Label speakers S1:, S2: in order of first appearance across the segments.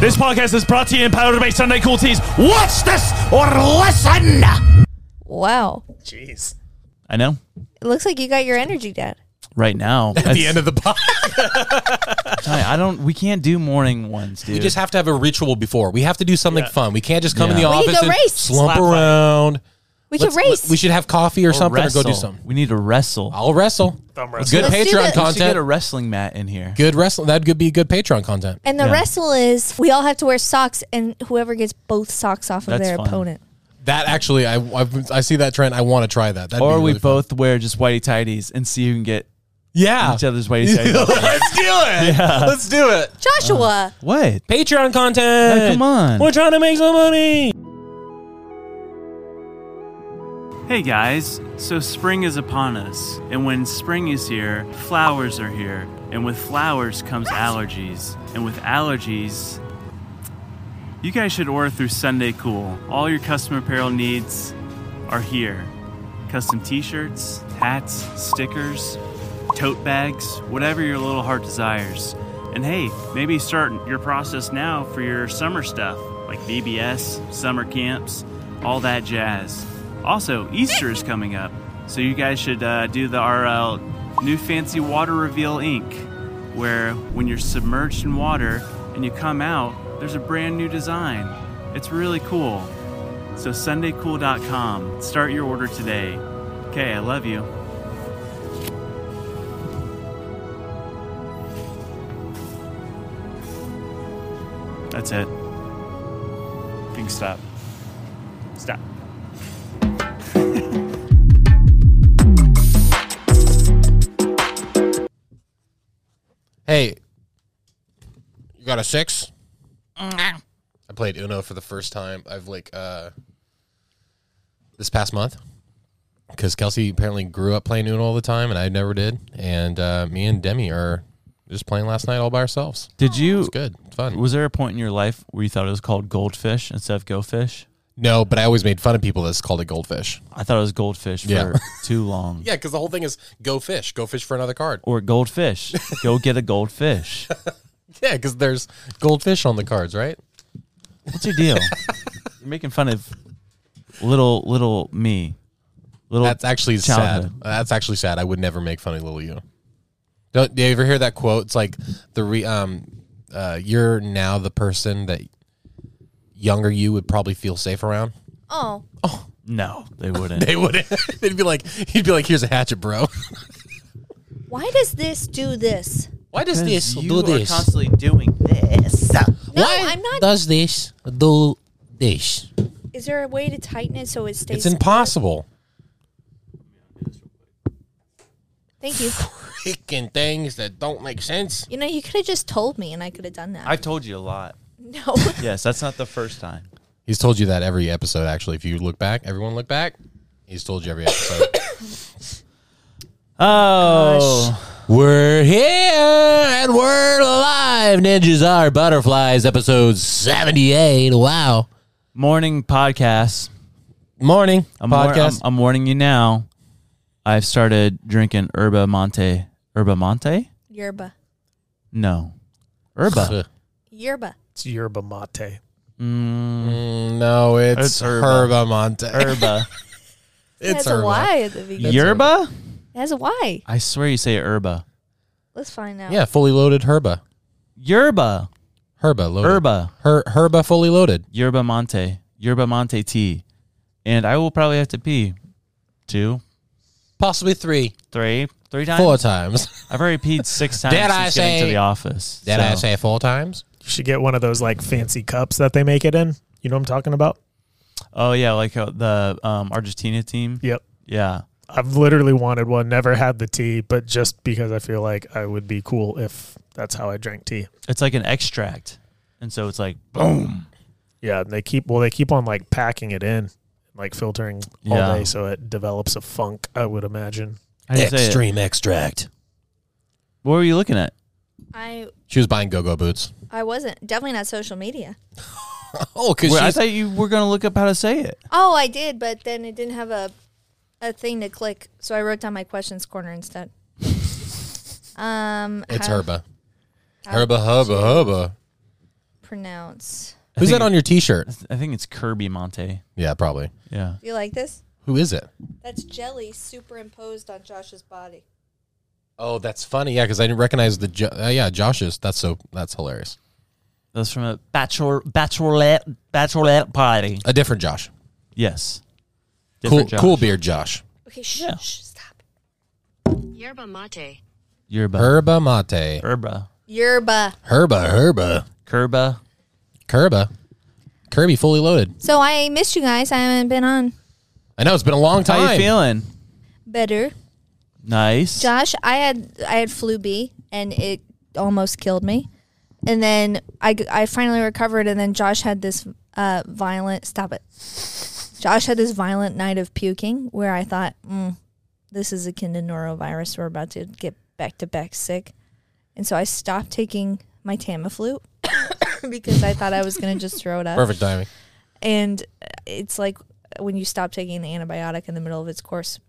S1: This podcast is brought to you in powered by Sunday Cool Teas. Watch this or listen.
S2: Wow.
S3: Jeez.
S1: I know.
S2: It looks like you got your energy down.
S1: Right now,
S3: At the end of the pod,
S1: I don't. We can't do morning ones, dude.
S4: We just have to have a ritual before. We have to do something fun. We can't just come in
S1: Yeah.
S4: the
S2: We could
S4: office
S2: go
S4: and
S2: race.
S4: slump
S3: Slap fight.
S4: around.
S2: We could
S4: Let's-
S2: race.
S4: We should have coffee or, something or go do
S1: wrestle.
S4: something.
S1: We need to wrestle.
S4: I'll wrestle.
S3: Thumb
S4: It's
S3: wrestle.
S4: Good
S2: Let's do
S4: Patreon
S2: that.
S1: We should get a
S4: content.
S1: wrestling mat in here.
S4: Good wrestling. That could be good Patreon content.
S2: and the
S1: Yeah.
S2: wrestle is we all have to wear socks, and whoever gets both socks off of
S1: That's
S2: their
S1: fun.
S2: opponent.
S4: That actually, I I've, I see that trend. I want to try that. That'd
S1: Or
S4: be
S1: we
S4: really fun.
S1: both wear just whitey tidies and see who can get
S4: yeah.
S1: each other's whitey tidies.
S4: Let's do it. Let's do it.
S2: Joshua.
S1: what?
S4: Patreon content.
S1: Now, come on.
S4: We're trying to make some money.
S5: Hey guys, so spring is upon us, and when spring is here, flowers are here, and with flowers comes allergies, and with allergies, you guys should order through Sunday Cool. All your custom apparel needs are here custom t shirts, hats, stickers, tote bags, whatever your little heart desires. And hey, maybe start your process now for your summer stuff like VBS, summer camps, all that jazz. Also, Easter is coming up, so you guys should uh, do the RL New Fancy Water Reveal Ink where when you're submerged in water and you come out, there's a brand new design. It's really cool. So sundaycool.com. Start your order today. Okay, I love you. That's it. You can stop. Stop.
S4: Hey, you got a six? I played Uno for the first time. I've like uh this past month because Kelsey apparently grew up playing Uno all the time, and I never did. And uh, me and Demi are just playing last night all by ourselves.
S1: Did you?
S4: It's good. It's fun.
S1: Was there a point in your life where you thought it was called goldfish instead of go fish?
S4: No, but I always made fun of people that's called a goldfish.
S1: I thought it was goldfish
S4: Yeah.
S1: for too long.
S4: Yeah, because the whole thing is go fish, go fish for another card.
S1: Or goldfish. Go get a goldfish.
S4: Yeah, because there's goldfish on the cards, right?
S1: What's your deal? You're making fun of little little me. Little
S4: That's actually
S1: childhood.
S4: sad. That's actually sad. I would never make fun of little you. Don't do you ever hear that quote? It's like the re, um, uh, you're now the person that younger you would probably feel safe around.
S2: Oh,
S1: No, they wouldn't.
S4: They would. They'd be like, he'd be like, here's a hatchet, bro.
S2: why does this do this?
S4: Why does this
S1: you are constantly doing this.
S2: No, I'm not.
S4: does this do this?
S2: is there a way to tighten it so it stays?
S4: It's impossible.
S2: Thank you.
S4: Freaking things that don't make sense.
S2: You know, you could have just told me, and I could have done that.
S1: I've told you a lot.
S2: no,
S1: Yes, that's not the first time.
S4: He's told you that every episode. Actually, if you look back, everyone look back. He's told you every episode.
S1: Oh,
S4: We're here and we're alive. Ninjas are butterflies, episode 78. Wow.
S1: morning podcast.
S4: Morning
S1: I'm war- I'm,
S4: podcast.
S1: I'm warning you now. I've started drinking Herba Monte. Herba Monte?
S2: yerba,
S1: No, Herba.
S4: Ugh.
S2: yerba.
S3: It's yerba mate.
S4: Mm, no, it's,
S1: It's Herba.
S4: Herba Monte.
S1: Herba.
S2: It
S4: It's
S2: has a
S4: Herba.
S2: Y at the beginning.
S1: Yerba?
S2: It has a Y.
S1: I swear you say Herba.
S2: Let's find out.
S4: Yeah, fully loaded Herba.
S1: Yerba.
S4: Herba loaded.
S1: Herba.
S4: Her- Herba fully loaded.
S1: Yerba Monte. Yerba Monte tea. And I will probably have to pee two,
S4: Possibly three,
S1: three, three times.
S4: four times.
S1: I've already peed six times
S4: Did
S1: since
S4: I
S1: getting to
S4: say-
S1: the office.
S4: Did I
S1: So,
S4: say four times?
S3: You should get one of those like fancy cups that they make it in. You know what I'm talking about?
S1: Oh yeah, like uh, the um, Argentina team.
S3: Yep.
S1: Yeah.
S3: I've literally wanted one, never had the tea, but just because I feel like I would be cool if that's how I drank tea.
S1: It's like an extract. And so it's like boom.
S3: Yeah, and they keep well, they keep on like packing it in, like filtering all
S1: Yeah.
S3: day, so it develops a funk. I would imagine.
S1: How do you say it?
S4: extract.
S1: What were you looking at?
S2: I
S4: She was buying go go boots.
S2: I wasn't definitely not social media.
S4: Oh, because
S1: Wait, I
S4: she's.
S1: thought you were gonna look up how to say it.
S2: Oh, I did, but then it didn't have a a thing to click, so I wrote down my questions corner instead. Um,
S4: it's
S2: how-
S4: Herba. Herba, Herba, Herba.
S2: pronounce.
S4: Who's
S1: think
S4: that on your T-shirt?
S1: I think it's Kirby Monte.
S4: Yeah, probably.
S1: Yeah.
S2: Do you like this?
S4: Who is it?
S2: That's jelly superimposed on Josh's body.
S4: Oh, that's funny. Yeah, because I didn't recognize the. Jo- uh, yeah, Josh's. That's so. That's hilarious.
S1: That's from a bachelor bachelorette bachelorette party.
S4: A different Josh.
S1: Yes.
S4: cool,
S1: Different Josh.
S4: cool beard Josh.
S2: Okay, shh,
S1: Yeah.
S2: shh, stop.
S6: Yerba mate.
S1: Yerba.
S4: Herba mate.
S1: Herba.
S2: Yerba.
S4: Herba. Herba.
S1: Kerba.
S4: Kerba. Kirby fully loaded.
S2: So I missed you guys. I haven't been on.
S4: I know it's been a long time.
S1: How you feeling?
S2: Better.
S1: Nice.
S2: Josh, I had I had flu B and it almost killed me. And then I, g- I finally recovered and then Josh had this uh, violent stop it. Josh had this violent night of puking where I thought, mm, this is akin to norovirus. We're about to get back to back sick. And so I stopped taking my Tamiflu because I thought I was going to just throw it up.
S4: Perfect timing.
S2: And uh, it's like when you stop taking the antibiotic in the middle of its course.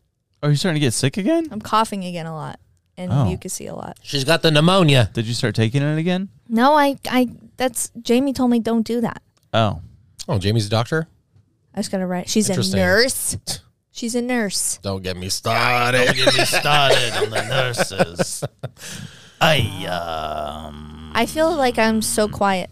S1: Are you starting to get sick again?
S2: I'm coughing again a lot and
S1: Oh.
S2: mucusy a lot.
S4: She's got the pneumonia.
S1: Did you start taking it again?
S2: No, I, I, that's Jamie told me don't do that.
S1: Oh.
S4: Oh, Jamie's a doctor.
S2: I just gotta write. She's a
S4: Interesting.
S2: nurse. She's a nurse.
S4: Don't get me started.
S1: Get me started on the nurses. I um
S2: I feel like I'm so quiet.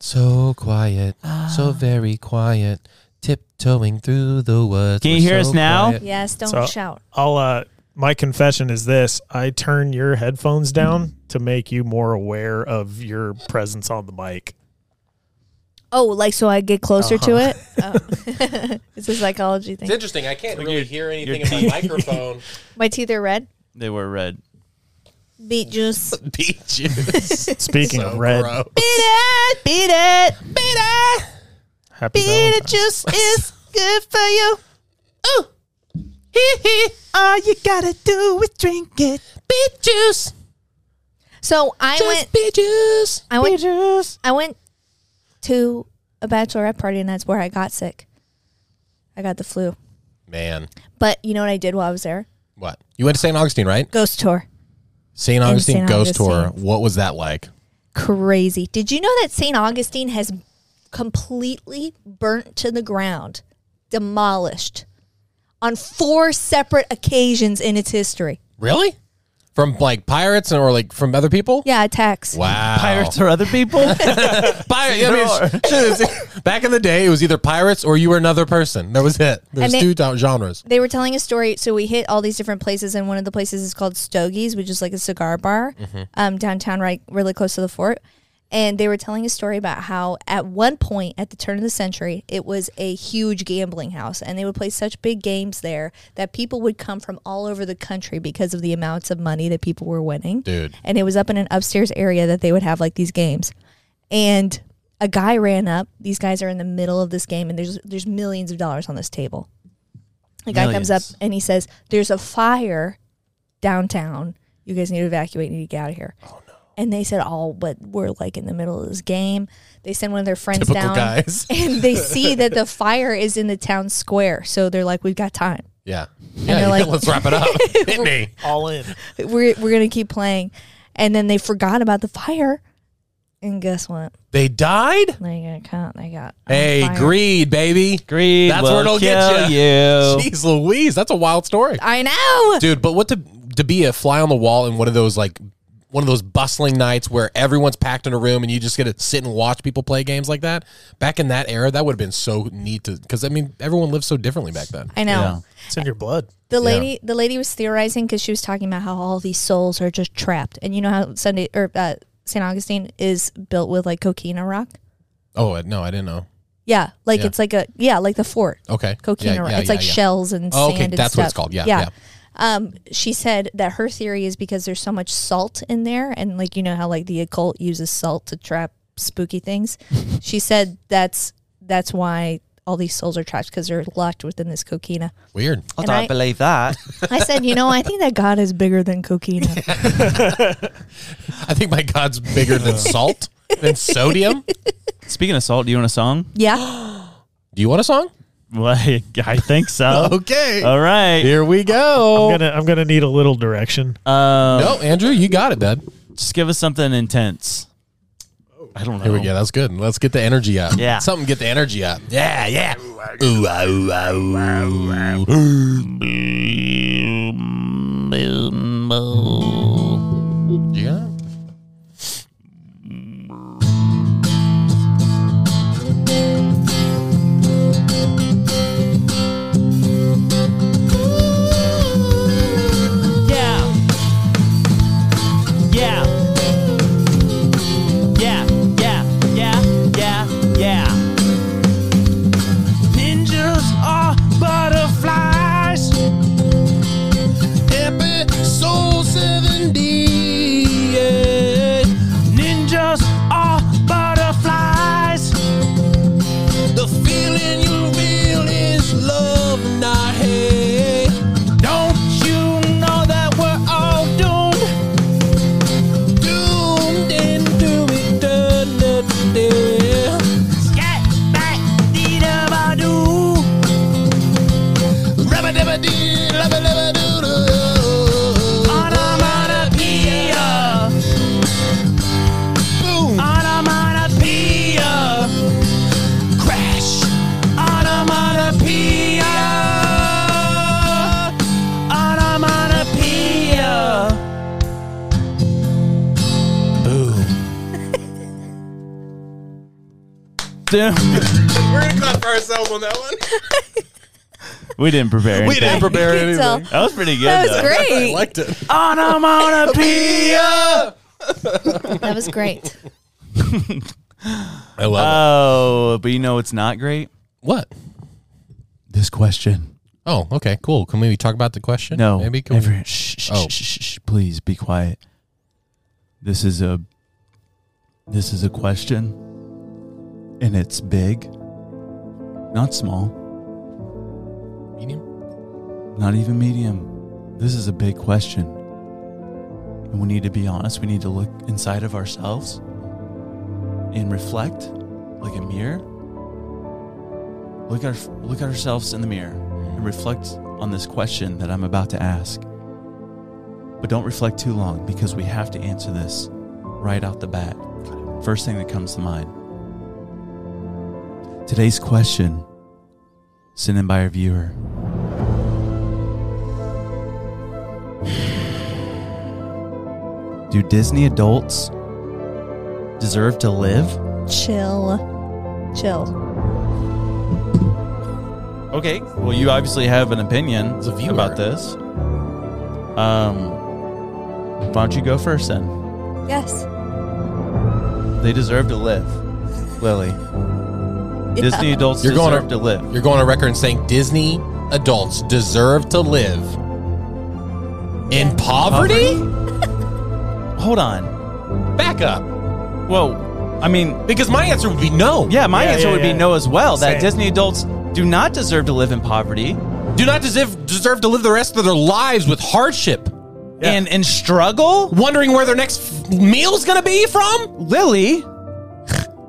S4: So quiet, so very quiet, tiptoeing through the woods.
S1: Can you
S4: We're
S1: hear
S4: so
S1: us now?
S4: quiet.
S2: Yes, don't
S3: So-
S2: shout.
S3: I'll uh my confession is this I turn your headphones down to make you more aware of your presence on the mic.
S2: Oh, like so I get closer to it. Oh. it's a psychology thing.
S4: It's interesting. I can't really hear anything
S1: your
S4: in my microphone.
S2: My teeth are red.
S1: They were red.
S2: Beet juice. Beat
S4: Peaches.
S3: Speaking of red,
S2: it. Beat it. Beat it.
S3: happy
S1: uh,
S3: Valentine's.
S2: juice is good for you. Ooh.
S1: All you gotta do is drink it.
S4: Beet juice.
S2: So I went.
S4: beet juice.
S2: I went. I went to a bachelorette party, and that's where I got sick. I got the flu.
S4: Man,
S2: But you know what I did while I was there?
S4: what? You went to St. Augustine, right?
S2: Ghost tour.
S4: St. Augustine
S2: St.
S4: Ghost Tour.
S2: Augustine.
S4: What was that like?
S2: Crazy. Did you know that St. Augustine has completely burnt to the ground, demolished on four separate occasions in its history?
S4: Really? From like pirates or like from other people?
S2: Yeah, attacks.
S4: Wow.
S1: Pirates or other people?
S4: Pirate, I mean, it's- it's- back in the day, it was either pirates or you were another person. That was it. There was
S2: And
S4: two
S2: it-
S4: do- genres.
S2: They were telling a story. So we hit all these different places, and one of the places is called Stogie's, which is like a cigar bar um, downtown, right, really close to the fort. And they were telling a story about how at one point at the turn of the century, it was a huge gambling house, and they would play such big games there that people would come from all over the country because of the amounts of money that people were winning.
S4: Dude.
S2: And it was up in an upstairs area that they would have like these games and a guy ran up. These guys are in the middle of this game, and there's there's millions of dollars on this table. The guy comes up
S1: Millions.
S2: and he says, "There's a fire downtown. You guys need to evacuate. You need to get out of here." Oh no! And they said, "Oh, but we're like in the middle of this game." They send one of their friends
S4: Typical
S2: down,
S4: guys.
S2: and they see that the fire is in the town square. So they're like, "We've got time."
S4: Yeah. Yeah.
S2: they're like-
S4: let's wrap it up. Hit me.
S3: all in.
S2: We're we're gonna keep playing, and then they forgot about the fire. And guess what?
S4: They died?
S2: They got caught. They got on
S4: Hey,
S2: fire.
S4: greed, baby.
S1: Greed.
S4: That's
S1: will
S4: where it'll
S1: kill
S4: get you.
S1: you.
S4: Jeez Louise. That's a wild story.
S2: I know.
S4: Dude, but what to to be a fly on the wall in one of those like one of those bustling nights where everyone's packed in a room and you just get to sit and watch people play games like that. Back in that era, that would have been so neat to because I mean everyone lived so differently back then.
S2: I know.
S1: Yeah.
S3: It's in your blood.
S2: The lady, the lady was theorizing because she was talking about how all these souls are just trapped, and you know how Sunday or uh, St. Augustine is built with like coquina rock.
S4: Oh I- no, I didn't know.
S2: Yeah, like
S4: Yeah.
S2: it's like a yeah, like the fort
S4: Okay,
S2: coquina
S4: Yeah,
S2: rock.
S4: yeah,
S2: it's
S4: yeah,
S2: like
S4: yeah.
S2: shells and
S4: Oh,
S2: sand
S4: okay,
S2: and
S4: that's
S2: stuff.
S4: what it's called. Yeah, yeah.
S2: Um, she said that her theory is because there's so much salt in there, and like you know how like the occult uses salt to trap spooky things. she said that's that's why all these souls are trapped because they're locked within this coquina.
S4: Weird.
S1: I
S2: And
S1: don't
S2: I-
S1: believe that.
S2: I said, you know, I think that God is bigger than coquina.
S4: I think my God's bigger than salt than sodium.
S1: Speaking of salt, do you want a song?
S2: yeah.
S4: Do you want a song?
S1: Like, I think so.
S4: Okay.
S1: All right.
S4: Here we go.
S3: I'm gonna I'm gonna need a little
S4: Uh,
S3: direction.
S1: Um,
S4: no, Andrew, you got it, bud.
S1: Just give us something intense. I don't know.
S4: Here we go. That's good. Let's get the energy up.
S1: Yeah.
S4: Something get the energy up. Yeah, yeah. Ooh, ah, ooh, ah, ooh, ah, ooh, ah.
S1: Mm,
S4: You got it?
S1: Yeah. Yeah. Yeah, yeah, yeah, yeah, yeah. Ninjas are butterflies.
S4: Episode 70.
S1: Yeah. Ninjas are butterflies.
S4: The feeling you feel is love, not hate.
S1: Don't you know that we're all doomed?
S4: Doomed into eternity.
S1: Scat, back, dee da ba doo.
S4: Rub-a-dub-a-dee, rub-a-dub-a-doo-doo.
S1: Onomatopoeia.
S4: Boom.
S1: Onomatopoeia.
S4: Crash.
S1: Onomatopoeia. Onomatopoeia. Boom.
S4: We're gonna clap for ourselves on that one.
S1: we didn't prepare anything.
S4: We didn't prepare
S2: can tell.
S4: anything.
S1: That was pretty good.
S2: That was
S1: though.
S4: I
S2: great.
S4: liked it.
S1: Onomatopoeia.
S2: that was great.
S4: I love
S1: Oh, but you know it's not great?
S4: it. What?
S1: This question.
S4: Oh, okay, cool. Can we talk about the question?
S1: No.
S4: Maybe can
S1: every-
S4: we?
S1: shh, shh,
S4: Oh.
S1: shh, shh, shh, please be quiet. This is a this is a question. And it's big. Not small.
S4: Medium?
S1: Not even medium. This is a big question. And we need to be honest. We need to look inside of ourselves and reflect like a mirror. Look at our, look at ourselves in the mirror and reflect on this question that I'm about to ask. But don't reflect too long because we have to answer this right out the bat. First thing that comes to mind. Today's question sent in by our viewer. Do Disney adults deserve to live?
S2: Chill. Chill.
S1: Okay. Well, you obviously have an opinion
S4: As a viewer.
S1: about this. Um, why don't you go first then?
S2: Yes.
S1: They deserve to live, Lily. Disney adults
S4: You're going
S1: deserve
S4: up-
S1: to live.
S4: You're going on record and saying Disney adults deserve to live in poverty?
S1: Hold on.
S4: Back up.
S1: Well, I mean,
S4: Because my answer would be no.
S1: yeah, my
S3: Yeah,
S1: answer
S3: yeah,
S1: would
S3: yeah.
S1: be no as well. That
S3: Same.
S1: Disney adults do not deserve to live in poverty
S4: Do not deserve, deserve to live the rest of their lives with hardship,
S3: Yeah.
S1: and and struggle.
S4: wondering where their next f- meal's gonna be from?
S1: Lily,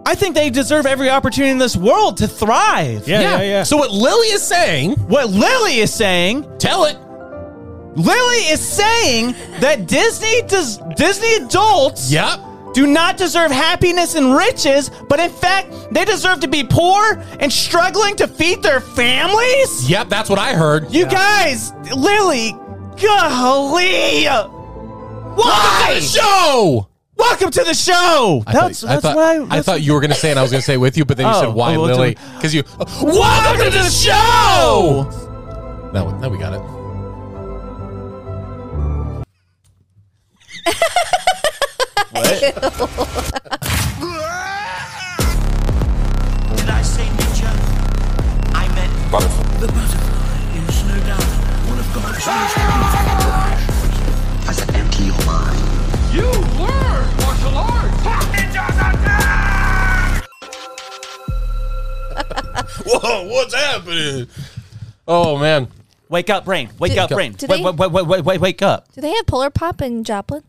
S1: I think they deserve every opportunity in this world to thrive.
S3: Yeah, yeah, yeah.
S4: So what Lily is saying,
S1: What Lily is saying
S4: tell it.
S1: Lily is saying that Disney does Disney adults
S4: Yep.
S1: do not deserve happiness and riches, but in fact, they deserve to be poor and struggling to feed their families?
S4: Yep, that's what I heard.
S1: You guys, Lily, golly.
S4: Welcome
S1: Why?
S4: to the show.
S1: Welcome to the show.
S4: I
S1: that's
S4: thought,
S1: that's
S4: I thought,
S1: what I,
S4: I
S1: that's
S4: thought you were going to say, and I was going to say with you, but then you
S1: Oh,
S4: said, "Why,
S1: oh, well,
S4: Lily?"
S1: to-
S4: Because you welcome to the show. Now, now we got it.
S7: Did I say ninja? I meant butterfly. The butterfly is no doubt one of God's most beautiful Does it empty your mind? You were martial arts. Ninjas attack!
S4: Whoa, what's happening? Oh man,
S1: wake up, brain. Wake up, brain.
S2: do
S1: Wait,
S2: they-
S1: wait, wait, wait, wait, wait, wake up.
S2: Do they have Polar Pop in Joplin?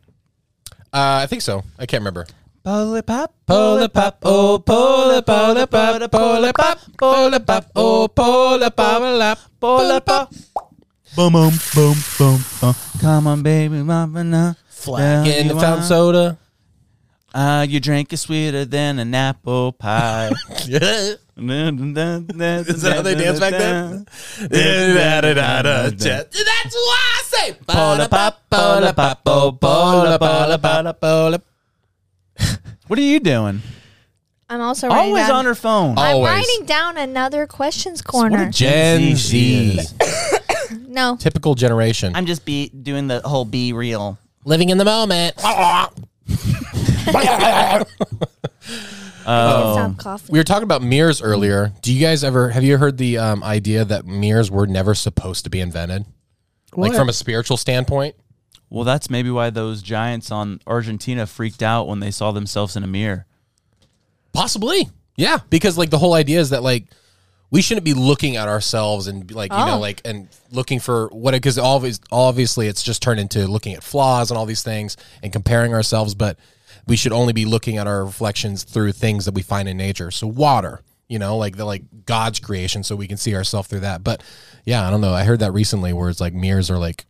S4: uh, I think so. I can't remember.
S1: Poly pop,
S4: Polar pop, oh, polar, polar pop, polar pop, polar pop, oh, polar pop, polar pop.
S1: Boom, boom, boom, boom. Uh, come on, baby, mama, now.
S4: Flag in the fountain soda.
S1: Ah, you drank it sweeter than an apple pie.
S4: Is
S1: Is that
S4: that how they dance back then? That's why I say
S1: Pola pop, pola pop, oh, pola, pola pop,
S4: pola.
S1: What are you doing?
S2: I'm also writing
S1: Always
S2: down-
S1: on her phone.
S2: I'm
S4: Always.
S2: writing down another questions corner.
S4: Gen
S1: Gen Z
S4: Z.
S1: is.
S2: no,
S4: Typical generation.
S1: I'm just be doing the whole be real.
S4: living in the moment. Oh.
S2: stop coughing.
S4: we were talking about mirrors earlier. Do you guys ever have you heard the um, idea that mirrors were never supposed to be invented? Like from a spiritual standpoint?
S1: Well, that's maybe why those giants on Argentina freaked out when they saw themselves in a mirror.
S4: Possibly. Yeah, because like the whole idea is that like we shouldn't be looking at ourselves and be, like you know
S2: Oh.
S4: like and looking for what because obviously obviously it's just turned into looking at flaws and all these things and comparing ourselves, but we should only be looking at our reflections through things that we find in nature. So water, you know, like the like God's creation, so we can see ourselves through that. But yeah, I don't know. I heard that recently where it's like mirrors are like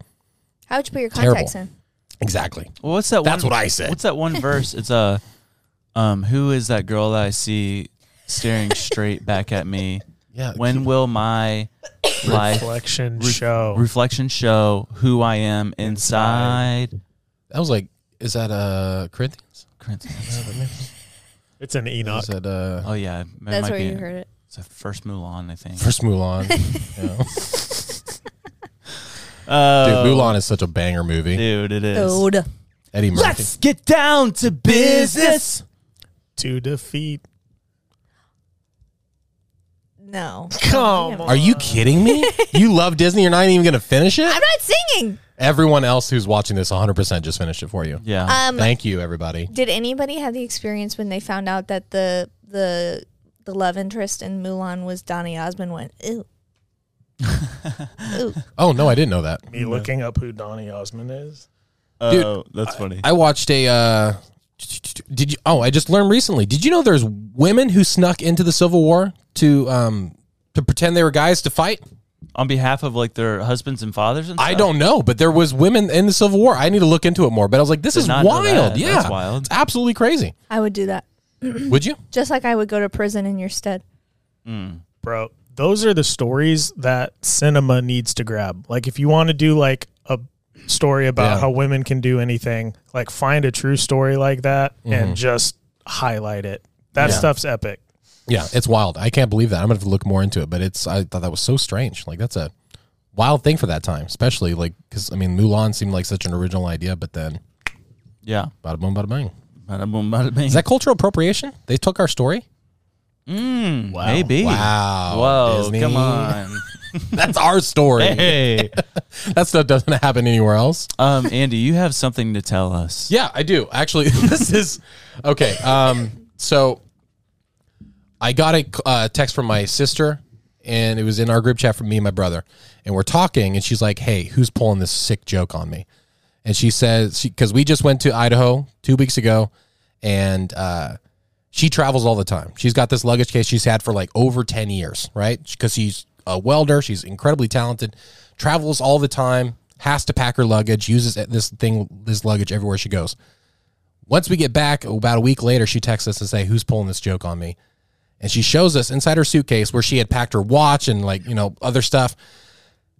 S2: How would you put your
S4: Terrible.
S2: contacts in?
S4: exactly.
S1: Well, what's that?
S4: That's
S1: one,
S4: what I said.
S1: What's that one verse? It's a, um, who is that girl that I see staring straight back at me?
S4: Yeah.
S1: When will my life
S3: reflection
S1: re-
S3: show?
S1: reflection show who I am inside?
S4: That was like is that uh Corinthians?
S1: Corinthians.
S3: it's an Enoch.
S4: Is that uh
S1: Oh yeah, it
S2: That's
S1: might
S2: where
S1: be-
S2: you heard it.
S1: It's the first Mulan, I think.
S4: First Mulan. yeah. Dude,
S1: Oh,
S4: Mulan is such a banger movie.
S1: dude, it is.
S2: Dude.
S4: Eddie Murphy.
S1: Let's get down to business.
S3: To defeat.
S2: No.
S3: Come on.
S4: Are you kidding me? you love Disney. You're not even going to finish it.
S2: I'm not singing.
S4: Everyone else who's watching this, 100 percent just finished it for you.
S1: Yeah.
S2: Um,
S4: Oh, Thank you, everybody.
S2: did anybody have the experience when they found out that the the the love interest in Mulan was Donny Osmond? Went ooh, ooh.
S4: Oh no, I didn't know that.
S3: Me looking up who Donny Osmond is.
S4: dude,
S1: oh, that's funny.
S4: I watched a. Uh, did you? Oh, I just learned recently. Did you know there's women who snuck into the Civil War to um to pretend they were guys to fight?
S1: On behalf of like their husbands and fathers and
S4: I
S1: stuff?
S4: don't know, but there was women in the Civil War. I need to look into it more. But I was like, this
S1: Did
S4: is
S1: not know
S4: wild.
S1: that.
S4: Yeah,
S1: That's wild.
S4: It's absolutely crazy.
S2: I would do that
S4: Would you?
S2: just like I would go to prison in your stead.
S3: Bro, those are the stories that cinema needs to grab. Like if you want to do like a story about
S4: Yeah.
S3: how women can do anything, like find a true story like that
S4: Mm-hmm.
S3: and just highlight it. That stuff's epic.
S4: Yeah, it's wild. I can't believe that. I'm gonna have to look more into it, but it's I thought that was so strange. Like that's a wild thing for that time, especially like because I mean Mulan seemed like such an original idea, but then
S1: Yeah.
S4: bada boom, bada bang.
S1: Bada boom, bada bang.
S4: Is that cultural appropriation? They took our story.
S1: Mm, Maybe.
S4: Wow.
S1: Whoa,
S4: Disney.
S1: come on.
S4: that's our story.
S1: hey.
S4: That stuff doesn't happen anywhere else.
S1: Um, Andy, you have something to tell us.
S4: Yeah, I do. Actually, this is okay. Um, so I got a uh, text from my sister, and it was in our group chat from me and my brother, and we're talking, and she's like, "Hey, who's pulling this sick joke on me?" And she says, "Because we just went to Idaho two weeks ago, and uh, she travels all the time. She's got this luggage case she's had for like over 10 years, right? Because she's a welder, she's incredibly talented, travels all the time, has to pack her luggage, uses this thing, this luggage everywhere she goes. Once we get back, about a week later, she texts us and say, "Who's pulling this joke on me?" And she shows us inside her suitcase where she had packed her watch and like you know other stuff.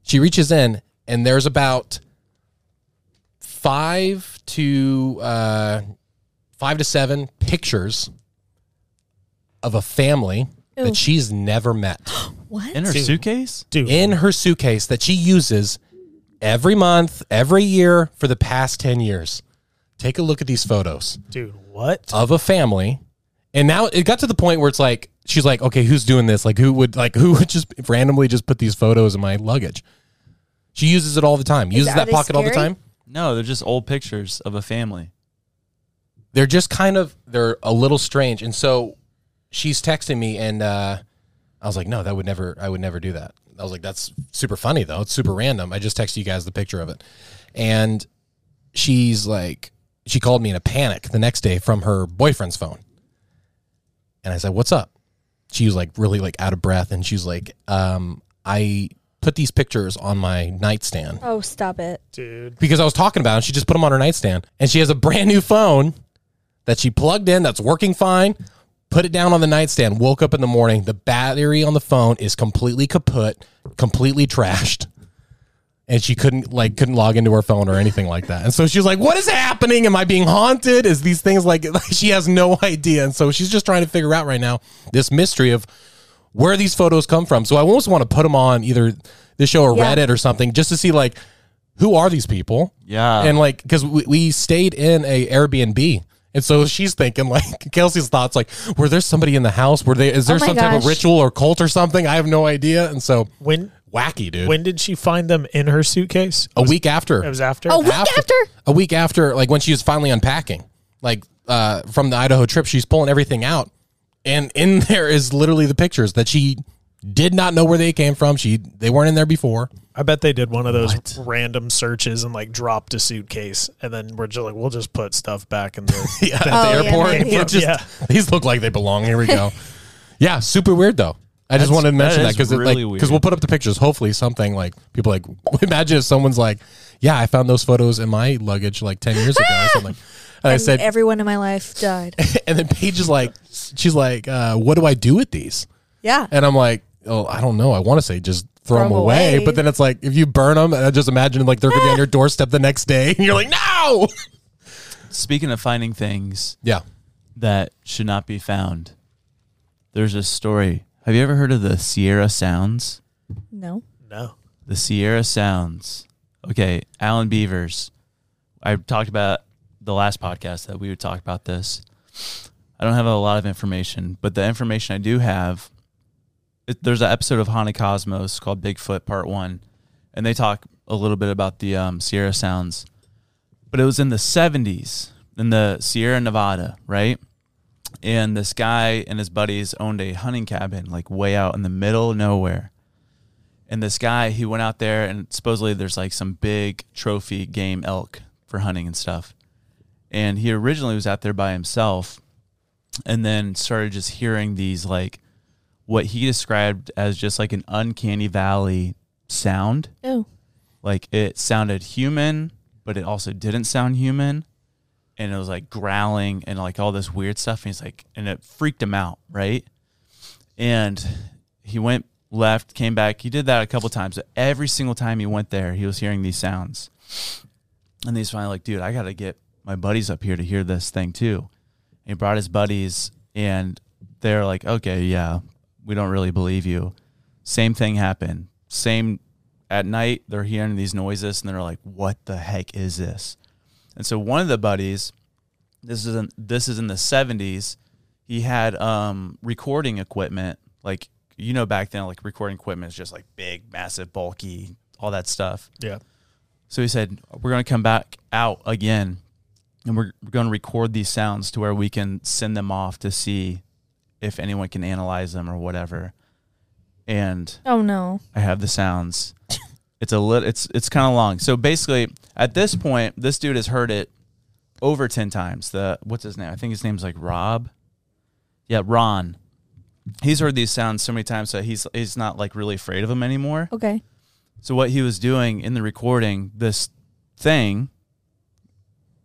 S4: She reaches in and there's about five to uh, five to seven pictures of a family
S2: Ew.
S4: that she's never met
S2: What?
S1: In her
S3: Dude.
S1: suitcase?
S3: Dude,
S4: in her suitcase that she uses every month, every year for the past ten years. Take a look at these photos
S3: dude, what?
S4: of a family. And now it got to the point where it's like she's like, okay, who's doing this? Like who would like who would just randomly just put these photos in my luggage? She uses it all the time. Uses
S2: are
S4: that
S2: they
S4: pocket all the
S2: scary?
S4: time.
S1: No, they're just old pictures of a family.
S4: They're just kind of they're a little strange. And so she's texting me and uh I was like, no, that would never I would never do that. I was like, that's super funny though. It's super random. I just texted you guys the picture of it. And she's like she called me in a panic the next day from her boyfriend's phone. And I said, "What's up?" She was like really like out of breath and she's like, "Um, I put these pictures on my nightstand."
S2: Oh, stop it!
S3: Dude.
S4: because I was talking about it. She just put them on her nightstand, and she has a brand new phone that she plugged in that's working fine, put it down on the nightstand, woke up in the morning, the battery on the phone is completely kaput, completely trashed. And she couldn't like couldn't log into her phone or anything like that. And so she was like, "What is happening? Am I being haunted? Is these things like she has no idea?" And so she's just trying to figure out right now this mystery of where these photos come from. So I almost want to put them on either the show or
S2: Yeah.
S4: Reddit or something just to see like who are these people?
S1: Yeah.
S4: and like because we, we stayed in a Airbnb. And so she's thinking, like Kelsey's thoughts, like, were there somebody in the house? Were there is there
S2: Oh my
S4: some type of
S2: gosh.
S4: ritual or cult or something? I have no idea. And so
S3: When
S4: wacky, dude.
S3: when did she find them in her suitcase?
S4: a week after,
S3: It was after.
S2: A week after?
S4: a week after, like when she was finally unpacking, like uh, from the Idaho trip, she's pulling everything out, and in there is literally the pictures that she did not know where they came from. She they weren't in there before.
S3: I bet they did one of those random searches and like dropped a suitcase, and then we're just like, we'll just put stuff back in the.
S4: yeah, at
S2: Oh,
S4: the
S2: yeah,
S4: airport.
S2: maybe.
S4: We're just-
S3: Yeah.
S4: These look like they belong. Here we go. yeah, super weird though. I
S1: That's-
S4: just wanted to
S1: that
S4: mention that
S1: is
S4: because
S1: really
S4: like
S1: weird.
S4: because we'll put up the pictures. Hopefully, something like people like imagine if someone's like, "Yeah, I found those photos in my luggage like ten years ago." or something. And I
S2: And
S4: said,
S2: everyone in my life died.
S4: and then Paige is like, she's like, uh, "What do I do with these?"
S2: Yeah.
S4: And I'm like, "Oh, I don't know. I want to say just
S2: Throw
S4: throw, them
S2: 'em
S4: away.
S2: away.
S4: but then it's like if you burn them, and I just imagine like they're gonna be on your doorstep the next day, and you're like, "No."
S1: Speaking of finding things
S4: Yeah.
S1: that should not be found, there's a story. Have you ever heard of the Sierra Sounds?
S2: No.
S3: No.
S1: The Sierra Sounds. Okay, Alan Beavers. I talked about the last podcast that we would talk about this. I don't have a lot of information, but the information I do have, it, there's an episode of Haunted Cosmos called Bigfoot Part One, and they talk a little bit about the um, Sierra Sounds. But it was in the 70s in the Sierra Nevada, right? And this guy and his buddies owned a hunting cabin like way out in the middle of nowhere and this guy he went out there and supposedly there's like some big trophy game elk for hunting and stuff and he originally was out there by himself and then started just hearing these like what he described as just like an uncanny valley sound
S2: Oh.
S1: like it sounded human but it also didn't sound human and it was like growling and like all this weird stuff and he's like and it freaked him out right and he went left came back he did that a couple times but every single time he went there he was hearing these sounds and he's finally like dude i gotta get my buddies up here to hear this thing too and he brought his buddies and they're like okay yeah we don't really believe you same thing happened same at night they're hearing these noises and they're like what the heck is this and so one of the buddies this is in, this is in the 70s he had um recording equipment like you know back then like recording equipment is just like big massive bulky all that stuff
S3: Yeah.
S1: so he said, "We're going to come back out again, and we're, we're going to record these sounds to where we can send them off to see if anyone can analyze them or whatever." And
S2: Oh no.
S1: I have the sounds. It's a lit. It's it's kind of long. So basically, at this point, this dude has heard it over ten times. The what's his name? I think his name's like Rob. Yeah, Ron. He's heard these sounds so many times that he's he's not like really afraid of them anymore.
S2: Okay.
S1: So what he was doing in the recording, this thing,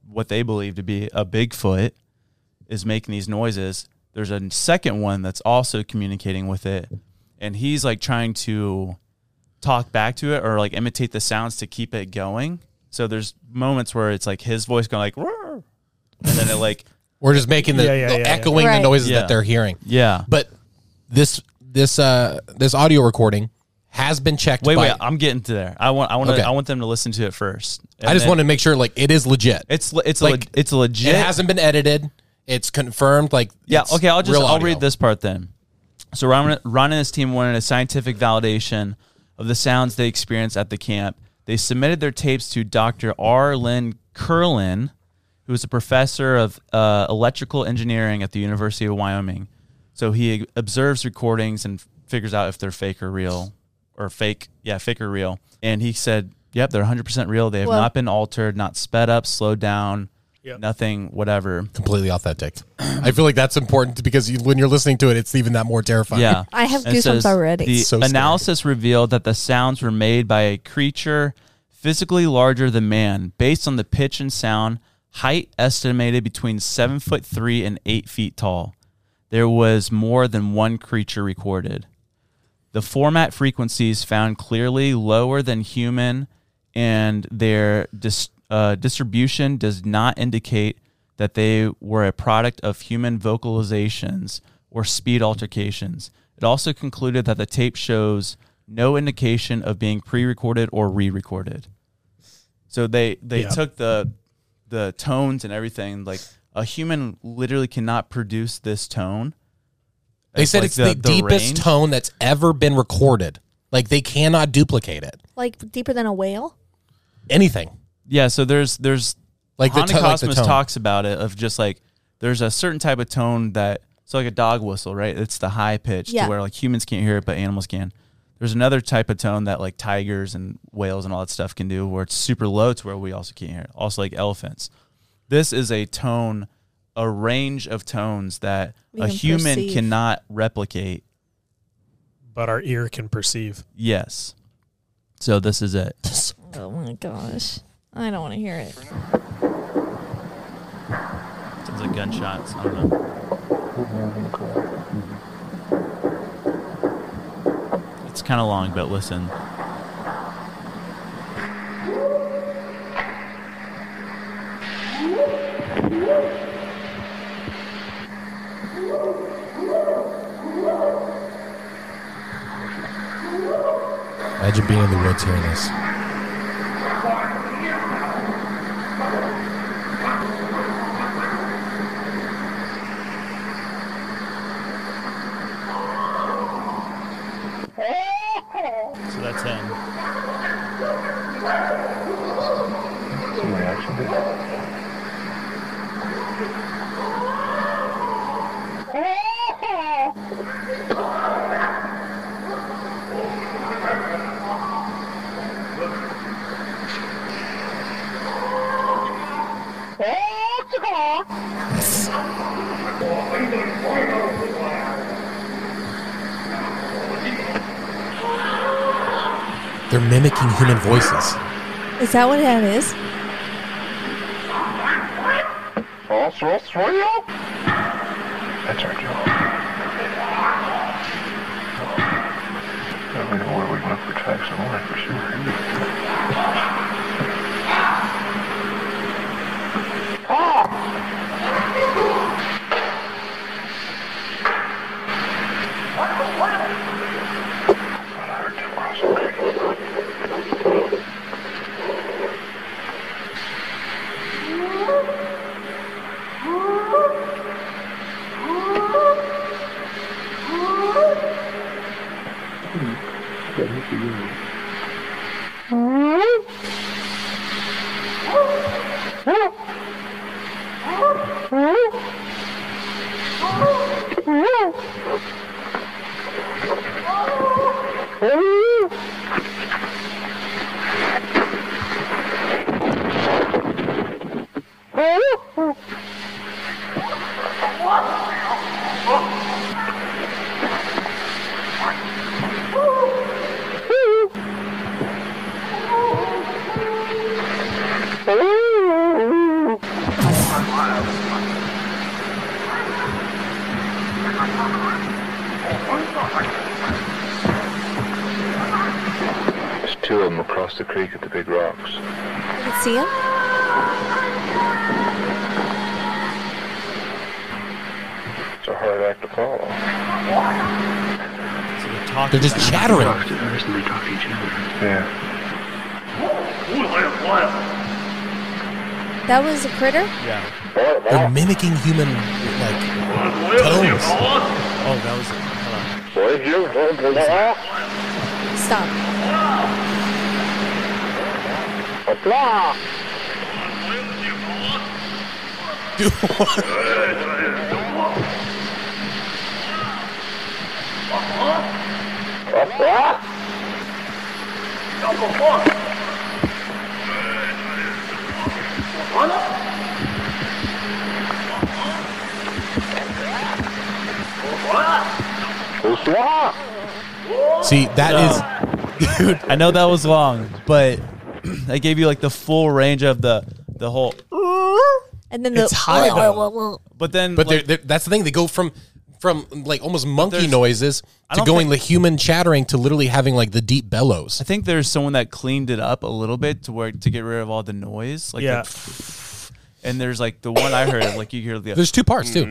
S1: what they believe to be a Bigfoot, is making these noises. There's a second one that's also communicating with it, and he's like trying to talk back to it or like imitate the sounds to keep it going. So there's moments where it's like his voice going like, "Roar," and then it like,
S4: We're just making the,
S3: Yeah, yeah,
S4: the
S3: yeah, yeah.
S4: echoing
S2: Right.
S4: the noises
S1: Yeah.
S4: that they're hearing.
S1: yeah.
S4: But this this uh this audio recording has been checked.
S1: Wait, uh,
S4: by,
S1: wait, I'm getting to there. I want, I want, to
S4: Okay.
S1: I want them to listen to it first.
S4: I just
S1: want
S4: want to make sure like it is legit.
S1: It's le- it's a
S4: like,
S1: leg- it's a legit.
S4: it hasn't been edited. It's confirmed. Like
S1: Yeah.
S4: it's
S1: okay. I'll just
S4: real
S1: I'll
S4: audio.
S1: read this part then. So Ron, Ron and his team wanted a scientific validation of the sounds they experienced at the camp. They submitted their tapes to Dr. R. Lynn Curlin, who is a professor of uh, electrical engineering at the University of Wyoming. So he observes recordings and figures out if they're fake or real, or fake. Yeah, fake or real. And he said, "Yep, they're 100% real. They have
S2: Well-
S1: not been altered, not sped up, slowed down,
S3: Yep.
S1: nothing, whatever."
S4: Completely authentic. I feel like that's important because you, when you're listening to it, it's even that more terrifying.
S1: Yeah.
S2: I have
S1: And it
S2: goosebumps
S1: says,
S2: already.
S1: The
S4: So scary.
S1: analysis revealed that the sounds were made by a creature physically larger than man. Based on the pitch and sound, height estimated between seven foot three and eight feet tall. There was more than one creature recorded. The format frequencies found clearly lower than human, and their dis- uh, distribution does not indicate that they were a product of human vocalizations or speed altercations. It also concluded that the tape shows no indication of being pre-recorded or re-recorded. So they they
S3: Yeah.
S1: took the the tones and everything. Like a human literally cannot produce this tone.
S4: They said it's the, deepest
S1: range.
S4: tone that's ever been recorded. Like they cannot duplicate it.
S2: Like deeper than a whale?
S4: Anything.
S1: Yeah, so there's there's
S4: Like the,
S1: Hanukkah
S4: to- like the
S1: Cosmos
S4: tone.
S1: talks about it of just like there's a certain type of tone that so like a dog whistle, right? It's the high pitch
S2: Yeah.
S1: to where like humans can't hear it but animals can. There's another type of tone that like tigers and whales and all that stuff can do where it's super low to where we also can't hear it. Also like elephants. This is a tone, a range of tones that
S2: We
S1: a
S2: can
S1: human
S2: perceive.
S1: cannot replicate.
S3: but our ear can perceive.
S1: Yes. So this is it.
S2: Oh my gosh. I don't want to hear it.
S1: Sounds like gunshots. I don't know. It's kind of long, but listen.
S4: Imagine being in the woods hearing this.
S1: So that's him.
S4: They're mimicking human voices.
S2: Is that what that is?
S8: That's our job. Now we know where we went for tracks and all that for sure. There's two of them across the creek at the big rocks.
S2: You can see him?
S8: It's a hard act to follow.
S1: So they're talking.
S4: They're just chattering.
S8: Yeah.
S2: That was a critter?
S1: Yeah.
S4: They're mimicking human like tones.
S1: Oh, that was. Hold
S2: Stop.
S4: See, that is dude.
S1: on. I know that was long, but I gave you like the full range of the the whole.
S2: And then the
S3: It's high, though.
S1: But then,
S4: But
S1: like,
S4: they're, they're, that's the thing. They go from from like almost monkey
S1: there's-
S4: noises
S1: I
S4: to
S1: don't
S4: going
S1: think-
S4: the human chattering to literally having like the deep bellows.
S1: I think there's someone that cleaned it up a little bit to where to get rid of all the noise. Like,
S3: Yeah.
S1: the and there's like the one I heard, like you hear the
S4: There's two parts too.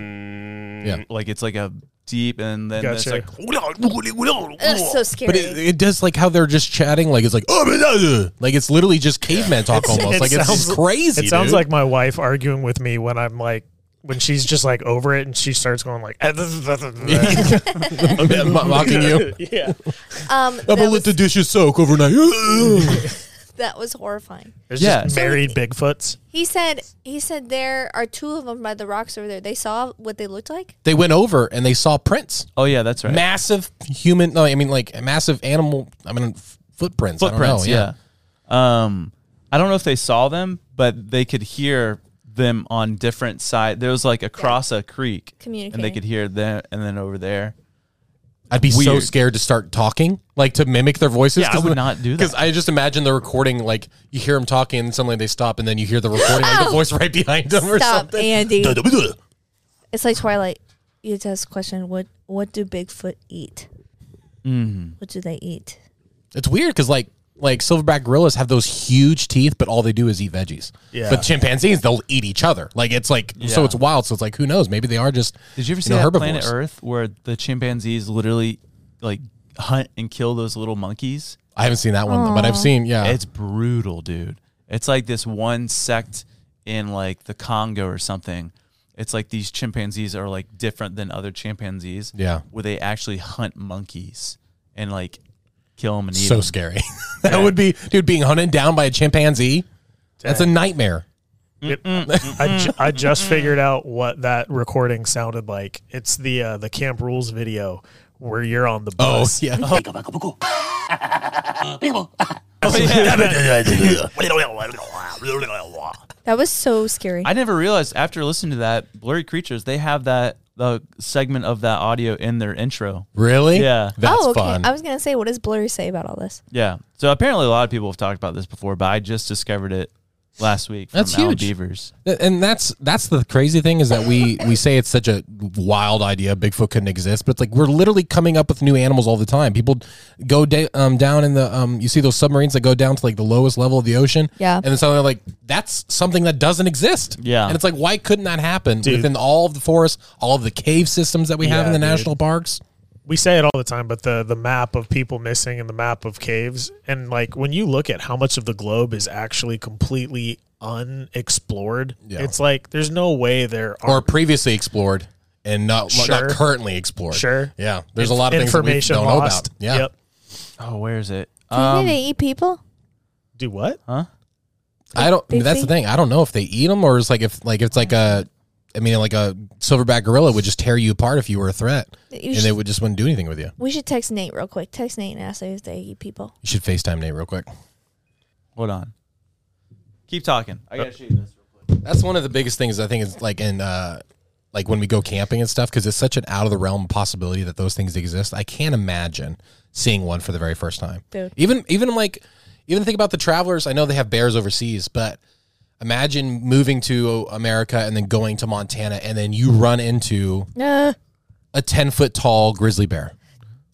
S4: Yeah,
S1: like it's like a deep and then it's
S3: Gotcha.
S1: like
S2: Ugh, so scary.
S4: but it, it does like how they're just chatting. Like it's like oh, blah, blah, blah." like it's literally just caveman talk almost. like it's crazy.
S3: It sounds
S4: dude.
S3: like my wife arguing with me when I'm like when she's just like over it and she starts going like
S4: I'm not mocking you.
S3: yeah.
S2: um,
S4: I'm
S2: that,
S4: gonna
S2: was,
S4: let the dishes soak overnight.
S2: that was horrifying.
S3: There's
S1: Yeah.
S3: just married Bigfoots.
S2: He said he said there are two of them by the rocks over there. They saw what they looked like.
S4: they went over and they saw prints.
S1: oh yeah, that's right.
S4: Massive human. No, I mean like massive animal. I mean f- footprints. I don't know,
S1: Footprints, yeah. Um, I don't know if they saw them, but they could hear them on different side. There was like across a creek, and they
S2: Communicating.
S1: could hear them, and then over there.
S4: I'd be so
S1: Weird.
S4: scared to start talking, like to mimic their voices.
S1: Yeah, I would not do that.
S4: Because I just imagine the recording, like you hear them talking, and suddenly they stop, and then you hear the recording, like the voice right behind them or
S2: Stop,
S4: something.
S2: Andy.
S4: Duh, duh, duh, duh.
S2: It's like Twilight. You just ask the question what What do Bigfoot eat?
S4: Mm-hmm.
S2: What do they eat?
S4: It's weird because like like silverback gorillas have those huge teeth, but all they do is eat veggies.
S3: Yeah.
S4: But chimpanzees, they'll eat each other. Like it's like so
S1: Yeah.
S4: it's wild. So it's like who knows? Maybe they are just.
S1: Did you ever see
S4: know,
S1: that Planet
S4: herbivores.
S1: Earth where the chimpanzees literally like hunt and kill those little monkeys?
S4: I haven't seen that one, but I've seen yeah.
S1: It's brutal, dude. It's like this one sect in like the Congo or something. It's like these chimpanzees are like different than other chimpanzees.
S4: Yeah.
S1: Where they actually hunt monkeys and like kill them and eat
S4: so
S1: 'em.
S4: scary. that would be dude being hunted down by a chimpanzee. That's a nightmare.
S3: It- I, ju- I just figured out what that recording sounded like. It's the uh, the Camp Rules video where you're on the
S4: Oh
S3: bus.
S4: yeah.
S2: That was so scary.
S1: I never realized after listening to that Blurry Creatures, they have that the segment of that audio in their intro.
S4: Really?
S1: Yeah.
S4: That's
S2: oh, okay.
S4: fun.
S2: I was gonna say, what does Blurry say about all this?
S1: Yeah. So apparently a lot of people have talked about this before, but I just discovered it last week. From
S4: That's
S1: Alan
S4: huge.
S1: Beavers.
S4: and that's that's the crazy thing is that we we say it's such a wild idea Bigfoot couldn't exist, but it's like we're literally coming up with new animals all the time. People go da- um, down in the um you see those submarines that go down to like the lowest level of the ocean.
S2: Yeah.
S4: And then suddenly they're like that's something that doesn't exist.
S1: Yeah.
S4: And it's like why couldn't that happen within all of the forests, all of the cave systems that we have in
S3: Yeah,
S4: the
S3: dude.
S4: national parks?
S3: we say it all the time, but the the map of people missing and the map of caves and like when you look at how much of the globe is actually completely unexplored,
S4: Yeah.
S3: it's like there's no way there are
S4: Or previously explored and not
S3: Sure.
S4: not currently explored.
S3: Sure.
S4: Yeah. There's a lot of things that we
S3: information
S4: don't
S3: lost.
S4: know about. Yeah.
S3: Yep.
S1: Oh, where is it?
S2: Do you
S1: Um,
S2: think they eat people?
S3: Do what?
S4: I don't.
S2: Big
S4: that's the thing. I don't know if they eat them or it's like if like if it's like a. I mean, like a silverback gorilla would just tear you apart if you were a threat,
S2: You
S4: and
S2: should-
S4: they would just wouldn't do anything with you.
S2: we should text Nate real quick. Text Nate and ask if they eat people.
S4: You should Facetime Nate real quick.
S1: Hold on. Keep talking. I gotta show you this.
S4: That's one of the biggest things I think is like in uh, like when we go camping and stuff because it's such an out of the realm possibility that those things exist. I can't imagine seeing one for the very first time.
S2: Dude.
S4: Even even like even think about the travelers. I know they have bears overseas, but imagine moving to America and then going to Montana and then you run into
S2: Uh,
S4: a 10 foot tall grizzly bear.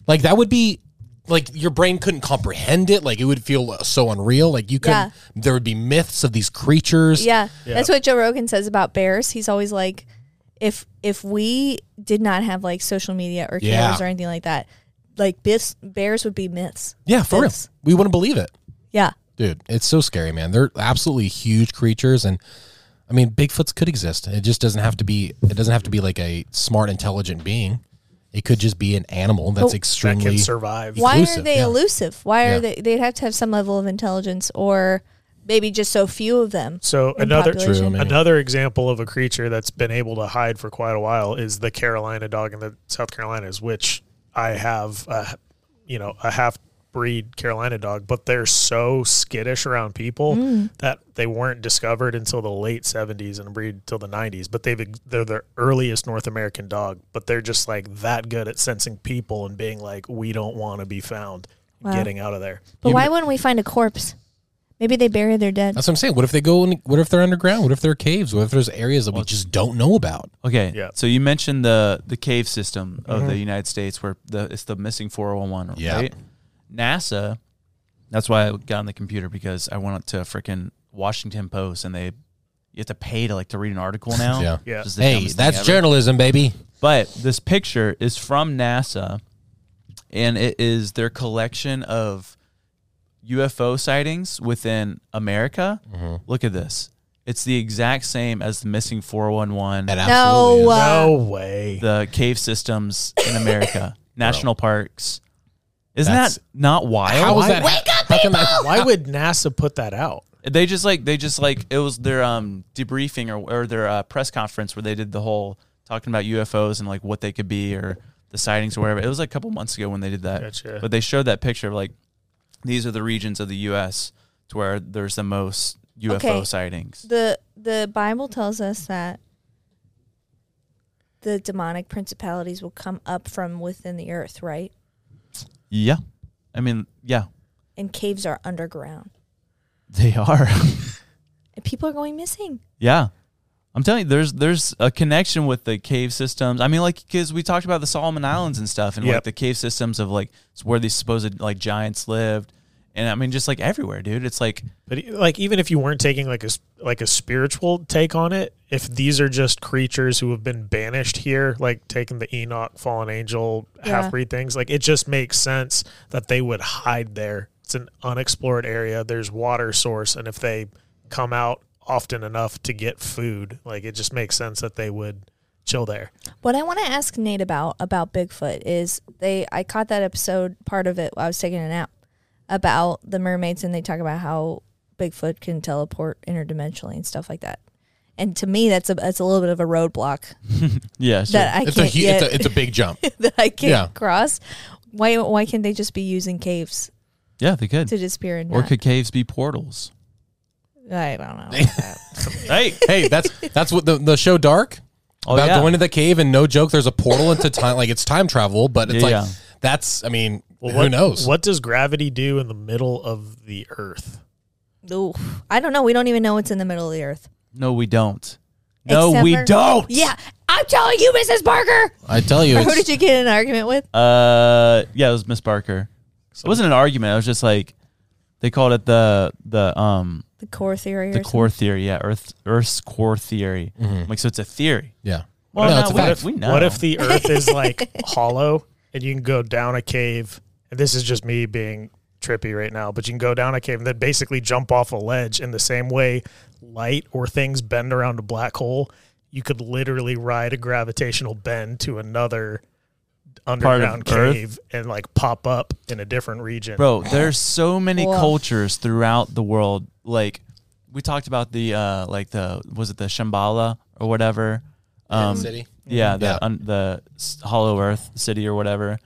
S4: Like that would be like your brain couldn't comprehend it. Like it would feel so unreal. Like you couldn't, there would be myths of these creatures.
S2: yeah, that's what Joe Rogan says about bears. He's always like, if if we did not have like social media or
S4: Yeah.
S2: cameras or anything like that, like bis- bears would be myths.
S4: Yeah, for real.
S2: Myths.
S4: We wouldn't believe it.
S2: Yeah,
S4: Dude, it's so scary, man. They're absolutely huge creatures. And I mean, Bigfoots could exist. It just doesn't have to be, it doesn't have to be like a smart, intelligent being. It could just be an animal that's
S3: That
S4: extremely.
S3: can survive.
S2: why are
S4: Elusive,
S2: they
S4: yeah.
S2: elusive? Why are
S4: Yeah.
S2: they? They'd have to have some level of intelligence, or maybe just so few of them.
S3: So
S2: in
S3: another
S2: population.
S4: True, I mean-
S3: another example of a creature that's been able to hide for quite a while is the Carolina dog in the South Carolinas, which I have a you know a half breed Carolina dog, but they're so skittish around people that they weren't discovered until the late seventies and breed till the nineties. But they've ex- they're the earliest North American dog, but they're just like that good at sensing people and being like, we don't want to be found,
S2: Wow.
S3: getting out of there.
S2: But why wouldn't we find a corpse? Maybe they bury their dead.
S4: That's what I'm saying. What if they go? In, what if they're underground? What if there are caves? What if there's areas that we just don't know about?
S1: Okay.
S3: Yeah.
S1: So you mentioned the the cave system of the United States where the it's the missing 401,
S4: Yeah.
S1: right? NASA. That's why I got on the computer because I went up to freaking Washington Post and they you have to pay to like to read an article now.
S4: Yeah.
S3: Yeah.
S1: Which is the
S4: Hey,
S1: dumbest thing
S4: that's
S1: ever.
S4: journalism, baby.
S1: But this picture is from NASA, and it is their collection of UFO sightings within America.
S4: Mm-hmm.
S1: Look at this; it's the exact same as the missing four one one,
S4: That absolutely
S2: No,
S4: is.
S2: uh,
S3: No way.
S1: the cave systems in America, national parks. Isn't
S4: That's-
S1: that not wild?
S4: How was
S3: Why-
S4: that? Wake up, people!
S3: Why would NASA put that out?
S1: They just like they just like it was their um debriefing or or their uh, press conference where they did the whole talking about UFOs and like what they could be or the sightings or whatever. It was like a couple months ago when they did that.
S3: Gotcha.
S1: But they showed that picture of like these are the regions of the U.S. to where there's the most UFO
S2: Okay.
S1: sightings.
S2: the the Bible tells us that the demonic principalities will come up from within the earth, right?
S1: Yeah, I mean, yeah,
S2: And caves are underground,
S1: they are.
S2: and people are going missing.
S1: Yeah. I'm telling you, there's there's a connection with the cave systems. I mean, like because we talked about the Solomon Islands and stuff, and like
S3: Yep.
S1: the cave systems of like it's where these supposed like giants lived, and I mean just like everywhere, dude. It's like
S3: But e- like, even if you weren't taking like a s- like a spiritual take on it, if these are just creatures who have been banished here, like taking the Enoch, fallen angel,
S2: Yeah.
S3: half breed things, like it just makes sense that they would hide there. It's an unexplored area. There's water source, and if they come out often enough to get food, like it just makes sense that they would chill there.
S2: What I want to ask Nate about about Bigfoot is they I caught that episode part of it while I was taking a nap about the mermaids and they talk about how Bigfoot can teleport interdimensionally and stuff like that. And to me, that's a that's a little bit of a roadblock
S1: yeah, sure.
S2: that I
S4: It's a,
S2: can't
S4: hu-
S2: get,
S4: it's, a, it's a big jump.
S2: that I can't
S4: Yeah.
S2: cross. Why why can't they just be using caves
S1: yeah, they could.
S2: to disappear and
S1: Or
S2: not-
S1: could caves be portals?
S2: I don't know. about that.
S1: Hey,
S4: hey, that's that's what the, the show Dark
S1: Oh,
S4: about
S1: yeah.
S4: going to the cave and no joke. There's a portal into time, like it's time travel, but it's
S1: Yeah,
S4: like
S1: yeah.
S4: that's. I mean,
S3: Well,
S4: who
S3: what,
S4: knows?
S3: What does gravity do in the middle of the Earth?
S2: Ooh. I don't know. We don't even know what's in the middle of the earth.
S1: no, we don't. No,
S2: Except
S1: we
S2: for-
S1: don't.
S2: Yeah, I'm telling you, Mrs. Barker.
S4: I tell you,
S2: Who
S4: it's-
S2: did you get in an argument with?
S1: Uh, yeah, it was Miss Barker. it wasn't an argument. It was just like they called it the the um
S2: The core theory.
S1: the
S2: or
S1: core theory. Yeah, Earth Earth's core theory. Like so, it's a theory.
S4: yeah.
S1: Well,
S4: no,
S1: no,
S4: it's a
S1: we-
S4: fact.
S1: we know.
S3: What if the Earth is like hollow and you can go down a cave? And this is just me being trippy right now, but you can go down a cave and then basically jump off a ledge in the same way light or things bend around a black hole. You could literally ride a gravitational bend to another underground
S1: Earth?
S3: cave and like pop up in a different region.
S1: bro there's so many
S2: Woof.
S1: cultures throughout the world like we talked about the uh like the was it the shambhala or whatever um
S4: City.
S1: yeah the
S4: Yeah.
S1: Un, the s- hollow earth city or whatever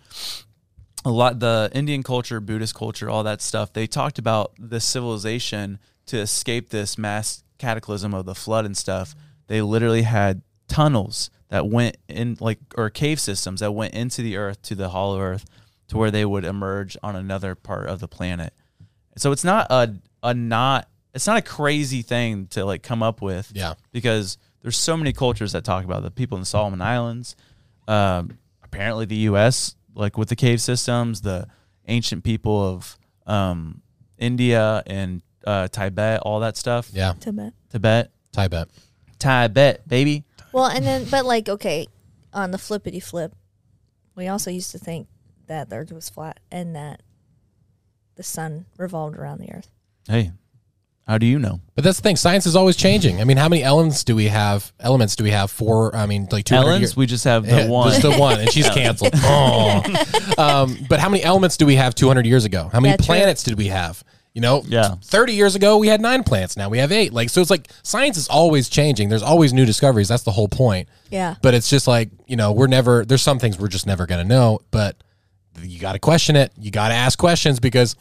S1: a lot the indian culture buddhist culture all that stuff they talked about this civilization to escape this mass cataclysm of the flood and stuff they literally had tunnels that went in like or cave systems that went into the earth to the hollow earth to where they would emerge on another part of the planet so it's not a a not it's not a crazy thing to like come up with
S4: Yeah.
S1: because there's so many cultures that talk about it. the people in the Solomon Islands, um, apparently the U.S. like with the cave systems, the ancient people of um, India and uh, Tibet, all that stuff.
S4: Yeah,
S2: Tibet.
S1: Tibet,
S4: Tibet.
S1: Tibet, baby.
S2: Well, and then, but like, okay, on the flippity flip, we also used to think that the earth was flat and that the sun revolved around the earth.
S1: Hey, how do you know?
S4: But that's the thing. Science is always changing. I mean, how many elements do we have? Elements do we have? Four. I mean, like two.
S1: Ellen's, we just have the one.
S4: Just the one, and she's canceled. Oh. Um, but how many elements do we have 200 years ago? How many
S2: That's right.
S4: planets did we have? You know,
S1: Yeah.
S4: 30 years ago we had nine planets. Now we have eight. Like, so it's like science is always changing. There's always new discoveries. That's the whole point.
S2: Yeah.
S4: But it's just like you know, we're never. There's some things we're just never gonna know. But you got to question it. You got to ask questions because,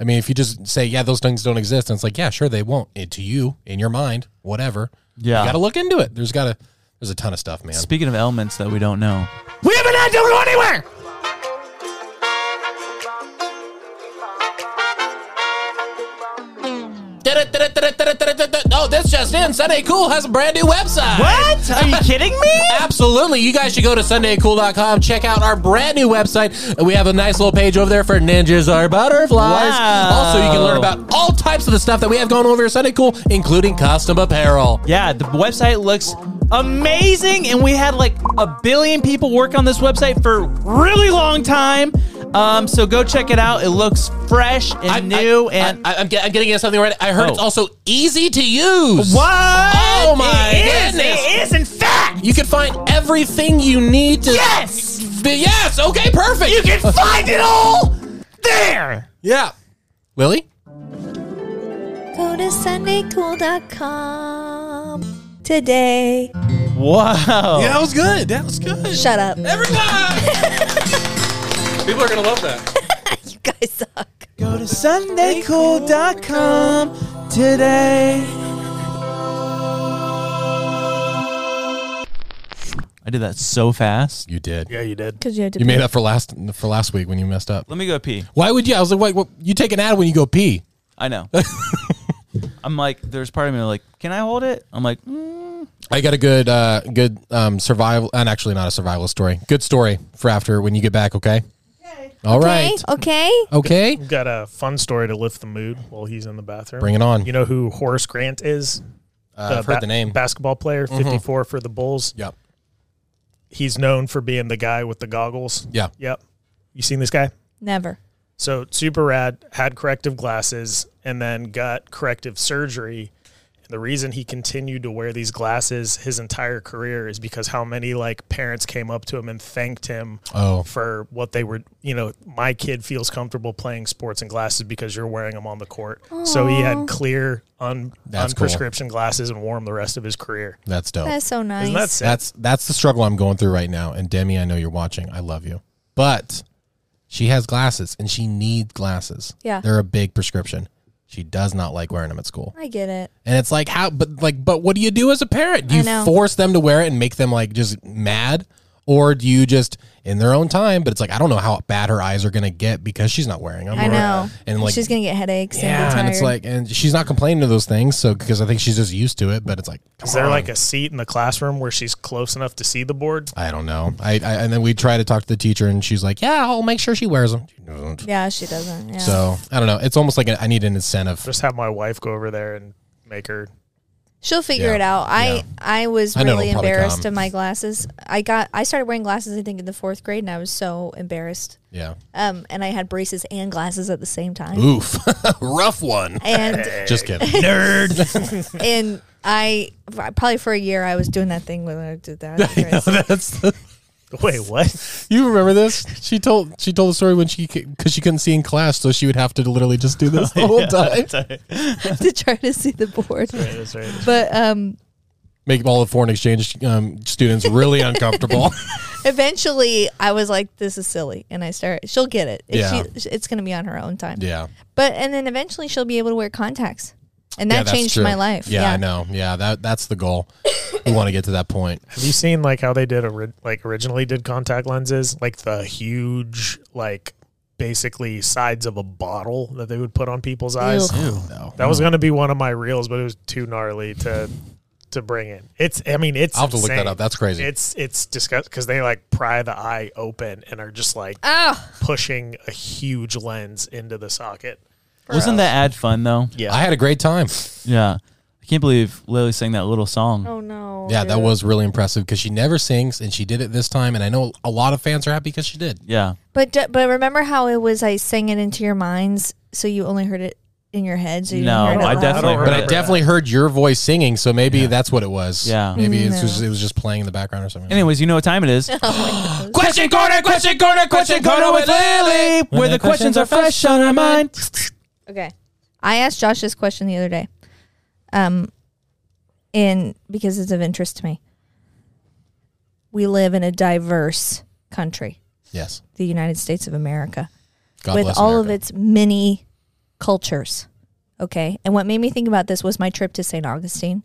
S4: I mean, if you just say, yeah, those things don't exist, and it's like, yeah, sure they won't. It, to you in your mind, whatever.
S1: Yeah.
S4: You got to look into it. There's got to. There's a ton of stuff, man.
S1: Speaking of elements that we don't know,
S4: Women, I don't go anywhere. No, Oh, this just in. Sunday Cool has a brand new website.
S9: What? Are you kidding me?
S4: Absolutely. You guys should go to sundaycool.com, check out our brand new website. We have a nice little page over there for ninjas are butterflies.
S9: Wow.
S4: Also, you can learn about all types of the stuff that we have going over at Sunday Cool, including custom apparel.
S9: Yeah, the website looks amazing, and we had like a billion people work on this website for a really long time. Um, so go check it out. It looks fresh and new, and
S4: I, am getting into something right. I heard
S9: Oh.
S4: it's also easy to use.
S9: what?
S4: Oh my
S9: It is-
S4: goodness.
S9: It is in fact.
S4: You can find everything you need to.
S9: Yes,
S4: Yes. Okay. Perfect.
S9: you can find it all there.
S4: Yeah. Lily.
S2: Go to sundaycool.com today.
S9: Wow.
S4: that was good. That was good.
S2: Shut up.
S4: Everyone. People are gonna love that.
S2: You guys suck.
S9: Go to SundayCool.com today.
S1: I did that so fast.
S4: You did.
S3: Yeah, you did.
S2: Because you had to
S4: You
S2: pee.
S4: made up for last for last week when you messed up.
S1: Let me go pee.
S4: Why would you? I was like, wait, what, you take an ad when you go pee.
S1: I know. I'm like, there's part of me like, can I hold it? I'm like, mm.
S4: I got a good uh good um survival and actually not a survival story. Good story for after when you get back, okay? Okay. All right.
S2: Okay.
S4: Okay.
S3: Got a fun story to lift the mood while he's in the bathroom.
S4: Bring it on.
S3: You know who Horace Grant is?
S4: Uh, I've heard the name. Mm-hmm.
S3: Basketball player, 54 for the Bulls.
S4: Yep.
S3: He's known for being the guy with the goggles.
S4: Yeah.
S3: Yep. You seen this guy?
S2: Never.
S3: So super rad, had corrective glasses and then got corrective surgery. And the reason he continued to wear these glasses his entire career is because how many like parents came up to him and thanked him
S4: Oh.
S3: for what they were, you know, my kid feels comfortable playing sports in glasses because you're wearing them on the court. So he had clear un
S4: That's cool.
S3: unprescription glasses and wore them the rest of his career.
S4: That's dope.
S2: That's so nice.
S3: Isn't that sick?
S4: That's that's the struggle I'm going through right now. And Demi, I know you're watching. I love you. But she has glasses and she needs glasses.
S2: Yeah.
S4: They're a big prescription. She does not like wearing them at school.
S2: I get it.
S4: And it's like how but like but what do you do as a parent? Do
S2: I
S4: you
S2: know.
S4: force them to wear it and make them like just mad? Or do you just in their own time? But it's like I don't know how bad her eyes are gonna get because she's not wearing them.
S2: I
S4: or-
S2: know.
S4: And like
S2: she's gonna get headaches. and,
S4: yeah,
S2: be tired.
S4: and it's like, and she's not complaining to those things, so because I think she's just used to it. But it's like,
S3: Is
S4: come
S3: there
S4: on.
S3: like a seat in the classroom where she's close enough to see the board?
S4: I don't know. I, I and then we try to talk to the teacher, and she's like, "Yeah, I'll make sure she wears them." She doesn't.
S2: yeah, she doesn't. Yeah.
S4: So I don't know. It's almost like an, I need an incentive.
S3: Just have my wife go over there and make her
S2: She'll figure
S4: Yeah.
S2: it out. I
S4: Yeah.
S2: I was
S4: I know
S2: really
S4: it'll probably
S2: embarrassed
S4: come.
S2: of my glasses. I got I started wearing glasses I think in the fourth grade and I was so embarrassed.
S4: Yeah.
S2: Um, and I had braces and glasses at the same time.
S4: Oof, rough one.
S2: And
S4: Just kidding. Nerd.
S2: and I probably for a year I was doing that thing when I did that.
S4: That's
S3: Wait, what?
S4: you remember this? She told she told the story when she because she couldn't see in class, so she would have to literally just do this the whole time.
S2: to try to see the board.
S3: That's right.
S2: But um,
S4: Make all the foreign exchange um, students really uncomfortable.
S2: eventually I was like, "This is silly," and I start. She'll get it. If
S4: Yeah.
S2: she, it's going to be on her own time.
S4: yeah.
S2: But and then eventually she'll be able to wear contacts, and
S4: Yeah,
S2: that
S4: that's
S2: changed
S4: true.
S2: my life.
S4: Yeah, I know. Yeah, that that's the goal. we want to get to that point.
S3: Have you seen like how they did ori- like originally did contact lenses, like the huge like basically sides of a bottle that they would put on people's eyes?
S4: No.
S3: That was going to be one of my reels, but it was too gnarly to to bring in. It's I mean it's
S4: I'll have to look that
S3: insane.
S4: up. That's crazy.
S3: It's it's disgust because they like pry the eye open and are just like
S2: Oh,
S3: pushing a huge lens into the socket.
S1: wasn't that ad fun though?
S3: Yeah,
S4: I had a great time.
S1: Yeah. I can't believe Lily sang that little song.
S2: oh no.
S4: Yeah, that
S2: dude.
S4: was really impressive because she never sings and she did it this time. And I know a lot of fans are happy because she did.
S1: Yeah.
S2: But d- but remember how it was? I sang it into your minds, so you only heard it in your head. So you
S1: No,
S2: didn't hear it out
S1: I
S2: loud.
S1: definitely
S3: I don't
S1: heard
S4: But I
S1: it.
S4: definitely heard your voice singing, so maybe that's what it was.
S1: Yeah.
S4: Maybe it's
S2: No.
S4: just, it was just playing in the background or something.
S1: Anyways, you know what time it
S2: Oh
S1: is.
S4: Question corner, question corner, question corner with Lily,
S1: where the questions are fresh on our mind.
S2: Okay. I asked Josh this question the other day. Um in because it's of interest to me. We live in a diverse country,
S4: Yes.
S2: the United States of America,
S4: God
S2: with
S4: bless
S2: all
S4: America.
S2: of its many cultures. Okay? And what made me think about this was my trip to St. Augustine.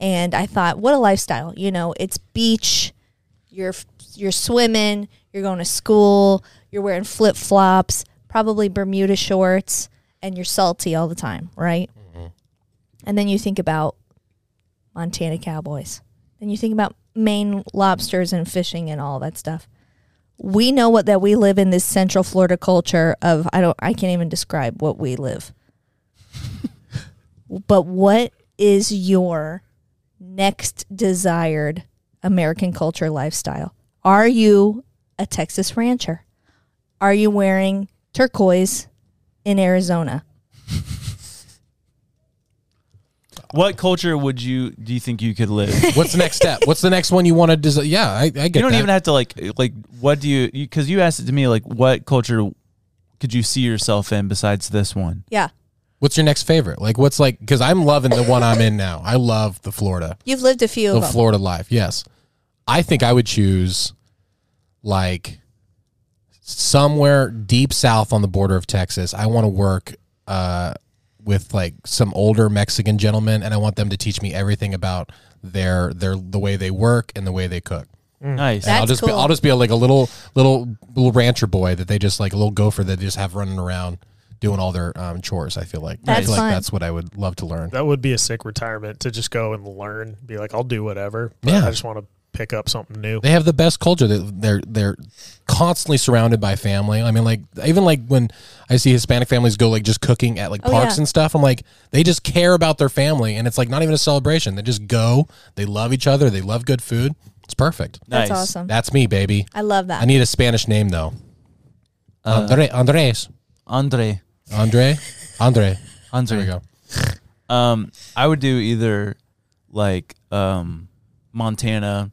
S2: And I thought, what a lifestyle. You know, it's beach, you're you're swimming, you're going to school, you're wearing flip
S4: Mm-hmm.
S2: flops, probably Bermuda shorts, and you're salty all the time, right? and then you think about Montana cowboys. Then you think about Maine lobsters and fishing and all that stuff. We know what that we live in this Central Florida culture of I don't I can't even describe what we live. but what is your next desired American culture lifestyle? Are you a Texas rancher? Are you wearing turquoise in Arizona?
S1: What culture would you do you think you could live? you
S4: What's the next step? What's the next one you want to design? Yeah, I, I get
S1: don't
S4: that.
S1: even have to like like what do you because you asked it to me like what culture could you see yourself in besides this one?
S2: Yeah.
S4: What's your next favorite? Like, what's like? Because I'm loving the one I'm in now. I love the Florida,
S2: You've lived a few
S4: the
S2: of them.
S4: Florida life. Yes, I think I would choose like somewhere deep south on the border of Texas. I want to work uh, with like some older Mexican gentlemen, and I want them to teach me everything about their their the way they work and the way they cook.
S1: Nice.
S4: And I'll
S2: That's
S4: just be,
S2: cool.
S4: I'll just be like a little little little rancher boy that they just like a little gopher that they just have running around doing all their um, chores. I feel like I
S2: That's
S4: feel
S2: fun.
S4: like that's what I would love to learn.
S3: That would be a sick retirement to just go and learn, be like, I'll do whatever. But
S4: Yeah.
S3: I just want to pick up something new.
S4: They have the best culture. They- They're they're constantly surrounded by family. I mean, like even like when I see Hispanic families go like just cooking at like
S2: Oh,
S4: parks
S2: yeah.
S4: and stuff, I'm like they just care about their family, and it's like not even a celebration. They just go. They love each other. They love good food. It's perfect.
S2: That's
S1: Nice.
S2: awesome.
S4: That's me, baby.
S2: I love that.
S4: I need a Spanish name though. Andre, Andres,
S1: Andre.
S4: Andre, Andre.
S1: Andre.
S4: There we go.
S1: Um, I would do either like um, Montana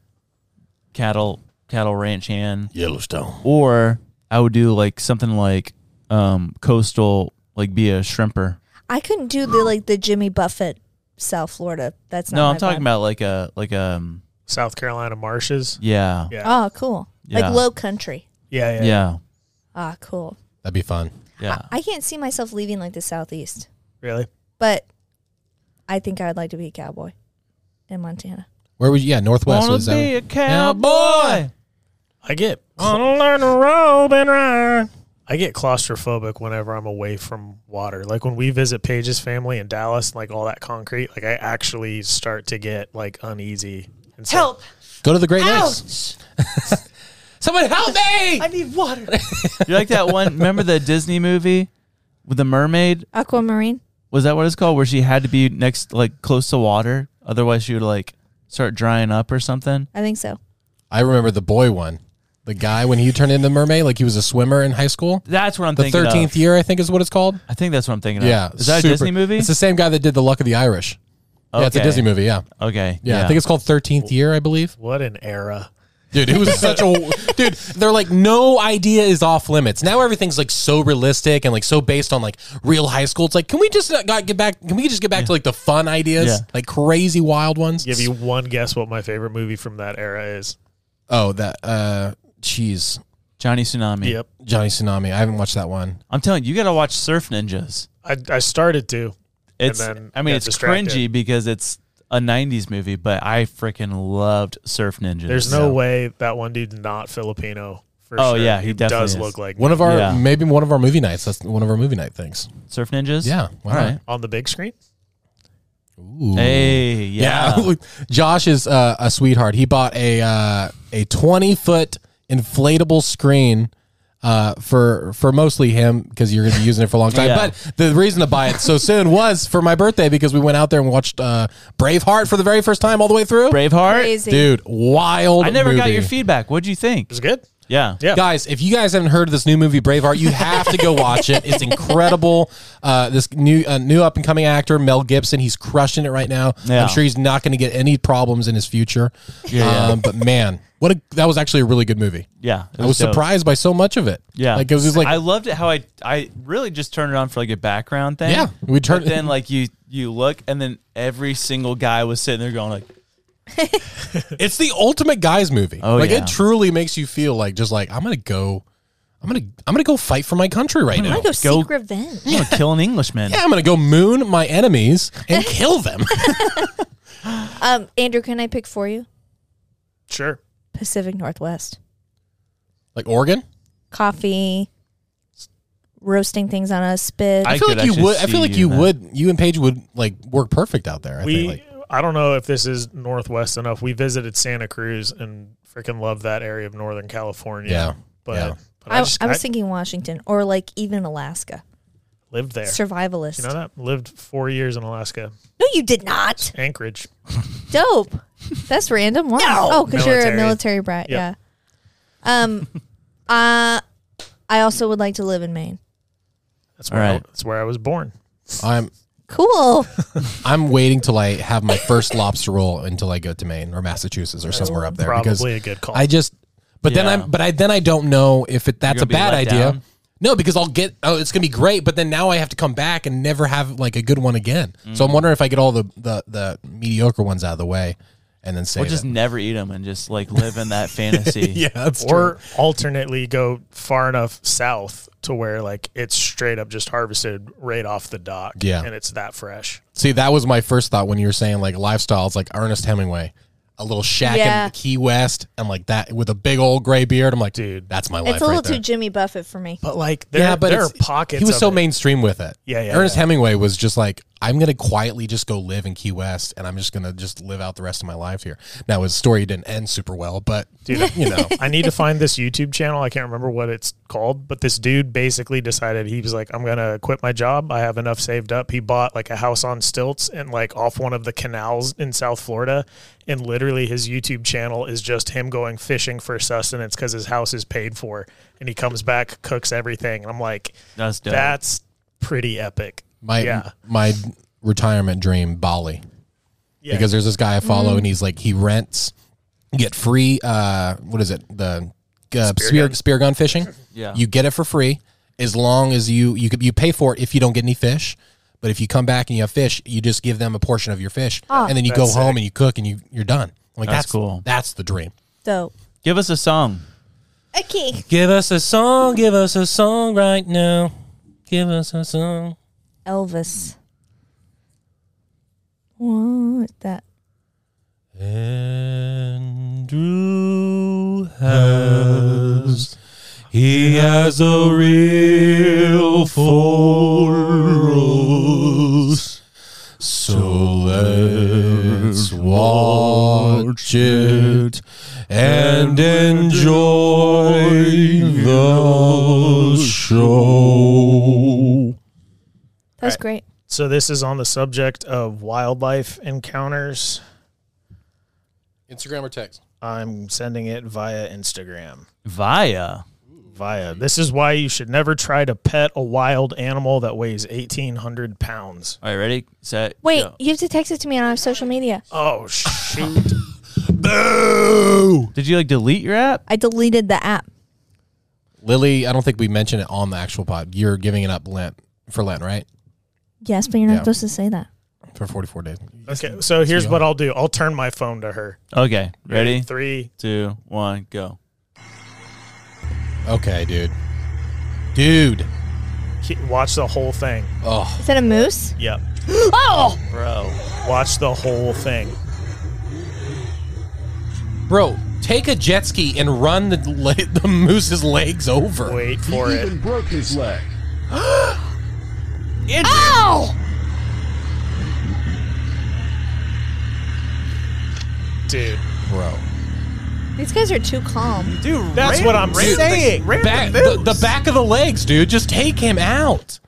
S1: cattle cattle ranch hand,
S4: Yellowstone.
S1: or I would do like something like um, coastal, like be a shrimper.
S2: I couldn't do the like the Jimmy Buffett South Florida. That's not
S1: No,
S2: my
S1: I'm talking
S2: vibe.
S1: about like a like um
S3: South Carolina marshes.
S1: yeah
S3: Yeah.
S2: Oh, cool.
S1: Yeah.
S2: Like low country.
S3: Yeah. Yeah.
S1: yeah
S2: Ah, cool.
S4: That'd be fun.
S1: yeah.
S2: I can't see myself leaving like the southeast,
S3: Really?
S2: but I think I would like to be a cowboy in Montana.
S4: Where would you? Yeah, Northwest. was that
S1: a cowboy.
S3: I get. learn to rope and ride. I get claustrophobic whenever I'm away from water. Like when we visit Paige's family in Dallas, like all that concrete, like I actually start to get like uneasy. And so-
S4: Go to the Great Lakes. Someone help me!
S1: need water. you like that one? Remember the Disney movie with the mermaid?
S2: Aquamarine?
S1: Was that what it's called? Where she had to be next, like close to water, otherwise she would like start drying up or something.
S2: I think so.
S4: I remember the boy one. The guy when he turned into mermaid, like he was a swimmer in high school.
S1: That's what I'm
S4: The
S1: thinking. of.
S4: thirteenth year, I think, is what it's called.
S1: I think that's what I'm thinking of.
S4: Yeah,
S1: Is that
S4: super-
S1: a Disney movie?
S4: It's the same guy that did the Luck of the Irish. Yeah, it's a
S1: Okay.
S4: Disney movie. Yeah.
S1: Okay.
S4: yeah, I think it's called Thirteenth Year, I believe.
S3: what an era.
S4: Dude, it was such a dude. They're like, no idea is off limits. Now everything's like so realistic and like so based on like real high school. It's like, can we just not got- get back? Can we just get back to like the fun ideas,
S1: Yeah.
S4: like crazy wild ones?
S3: Give you one guess what my favorite movie from that era is.
S4: Oh, that uh, jeez,
S1: Johnny Tsunami.
S3: Yep.
S4: Johnny Tsunami. I haven't watched that one.
S1: I'm telling you, you got to watch Surf Ninjas.
S3: I, I started to.
S1: It's.
S3: then
S1: I mean,
S3: got
S1: it's
S3: distracted.
S1: cringy because it's a '90s movie, but I freaking loved Surf Ninjas.
S3: There's no way that one dude's not Filipino. For
S1: Oh,
S3: sure.
S1: yeah, he definitely
S3: does
S1: is.
S3: look like
S4: One of our
S1: Yeah.
S4: maybe one of our movie nights. That's one of our movie night things.
S1: Surf Ninjas.
S4: Yeah,
S1: All
S4: why not?
S1: right.
S3: on the big screen.
S4: Ooh.
S1: Hey.
S4: Yeah.
S1: Yeah.
S4: Josh is uh, a sweetheart. He bought a uh, a twenty foot inflatable screen. Uh, for for mostly him because you're gonna be using it for a long time.
S1: Yeah.
S4: But the reason to buy it so soon was for my birthday because we went out there and watched uh, Braveheart for the very first time all the way through.
S3: Er,
S1: Braveheart.
S2: Crazy.
S4: Dude, wild!
S1: I never got
S4: movie.
S1: your feedback. What'd you think?
S3: It's good.
S1: Yeah.
S3: Yeah.
S4: Guys, if you guys haven't heard of this new movie Braveheart, you have to go watch it. It's incredible. Uh, this new uh, new up and coming actor Mel Gibson, he's crushing it right now.
S1: Yeah.
S4: I'm sure he's not going to get any problems in his future.
S1: Yeah.
S4: Um, but man, what a, that was actually a really good movie.
S1: Yeah. it
S4: I was
S1: dope.
S4: surprised by so much of it.
S1: Yeah.
S4: like it was just like
S1: I loved it how I I really just turned it on for like a background thing.
S4: Yeah, we turned-
S1: But then like you you look and then every single guy was sitting there going like
S4: it's the ultimate guys movie.
S1: Oh,
S4: like
S1: yeah.
S4: it truly makes you feel like just like I'm going to go, I'm going to I'm going to go fight for my country right
S2: I
S4: now.
S2: go seek
S1: Go-
S2: revenge.
S1: I'm gonna kill an Englishman.
S4: Yeah, I'm going to go moon my enemies and kill them.
S2: Um, Andrew, can I pick for you?
S3: Sure.
S2: Pacific Northwest.
S4: like Oregon.
S2: Coffee, roasting things on a spit.
S4: I
S1: I
S4: feel
S1: could
S4: like you
S1: actually
S4: would. I feel
S1: see you
S4: like you
S1: in that.
S4: would. You and Paige would like work perfect out there. I
S3: we
S4: think. Like,
S3: I don't know if this is northwest enough. We visited Santa Cruz and freaking love that area of Northern California.
S4: Yeah,
S3: but,
S4: yeah.
S3: but I,
S2: I,
S3: just,
S2: I was
S3: I
S2: thinking Washington or like even Alaska.
S3: lived there.
S2: Survivalist.
S3: You know that lived four years in Alaska,
S2: no, you did not.
S3: Anchorage.
S2: Dope. That's random. Wow. Oh, because you're a
S3: Military.
S2: military brat.
S3: Yep.
S2: Yeah. Um. uh, I also would like to live in Maine.
S3: That's
S1: All
S3: where I,
S1: right.
S3: that's where I was born.
S4: I'm
S2: Cool.
S4: I'm waiting till I have my first lobster roll until I go to Maine or Massachusetts or somewhere up there because
S3: Probably a good call.
S4: I just. But then
S1: Yeah.
S4: I'm. But I then I don't know if it, that's
S1: You're gonna
S4: a
S1: be
S4: bad
S1: let
S4: idea.
S1: down?
S4: No, because I'll get. Oh, it's gonna be great. But then now I have to come back and never have like a good one again.
S1: Mm.
S4: So I'm wondering if I get all the the, the mediocre ones out of the way, and then say
S1: Or just never eat them and just like live in that fantasy.
S4: yeah, that's true.
S3: or alternately go far enough south to where like it's straight up just harvested right off the dock.
S4: Yeah.
S3: and it's that fresh.
S4: See, that was my first thought when you were saying like lifestyle. It's like Ernest Hemingway, a little shack
S2: Yeah.
S4: in Key West, and like that with a big old gray beard. I'm like,
S3: Dude.
S4: dude, that's my life.
S2: it's a little
S4: right there.
S2: too Jimmy Buffett for me.
S3: But like there,
S4: yeah, but
S3: there are
S4: it's-
S3: pockets.
S4: He was
S3: of
S4: so
S3: it.
S4: mainstream with it.
S3: Yeah, yeah,
S4: Ernest
S3: yeah.
S4: Hemingway was just like, I'm gonna quietly just go live in Key West, and I'm just gonna just live out the rest of my life here. Now his story didn't end super well, but
S3: Dude.
S4: you know,
S3: I need to find this YouTube channel. I can't remember what it's called, but this dude basically decided he was like, I'm gonna quit my job. I have enough saved up. He bought like a house on stilts and like off one of the canals in South Florida, and literally his YouTube channel is just him going fishing for sustenance because his house is paid for, and he comes back, cooks everything, and I'm like,
S1: That's dope.
S3: that's pretty epic.
S4: my
S3: yeah,
S4: my retirement dream, Bali.
S3: yeah,
S4: because there's this guy I follow, and he's like he rents, you get free. Uh, what is it? The uh, spear spear gun. fishing.
S1: Yeah.
S4: you get it for free as long as you you could you pay for it if you don't get any fish. But if you come back and you have fish, you just give them a portion of your fish, and then you go
S3: That's
S4: home and you cook and you you're done. I'm Like
S1: That's
S4: that's,
S1: cool.
S4: That's the dream.
S2: So
S1: Give us a song.
S2: okay.
S4: Give us a song. Give us a song right now. Give us a song.
S2: Elvis. What that?
S4: Andrew has he has a real force. So let's watch it and enjoy the show.
S2: That was great.
S3: So this is on the subject of wildlife encounters.
S4: Instagram or text?
S3: I'm sending it via Instagram.
S1: Via.
S3: Via. This is why you should never try to pet a wild animal that weighs 1,800 pounds.
S1: All right, ready, set.
S2: Wait,
S1: go.
S2: you have to text it to me on our social media.
S3: Oh, shoot.
S4: Boo!
S1: Did you like delete your app?
S2: I deleted the app.
S4: Lily, I don't think we mentioned it on the actual pod. You're giving it up Lent for Lent, right?
S2: Yes, but you're not
S4: Yeah.
S2: supposed to say that.
S4: For 44 days.
S3: okay, so here's what I'll do I'll turn my phone to her.
S1: Okay, ready,
S3: Three.
S1: two, one, go.
S4: Okay, dude. Dude.
S3: Ke- Watch the whole thing.
S4: Oh,
S2: Is that a moose?
S3: Yep.
S2: Oh,
S3: Bro, watch the whole thing.
S4: bro, take a jet ski and run the le- the moose's legs over.
S3: Wait for it.
S10: broke his leg.
S3: Dude,
S4: Bro.
S2: these guys are too calm.
S9: Dude,
S3: that's what I'm saying.
S4: Back, the, the back of the legs, dude. Just take him out.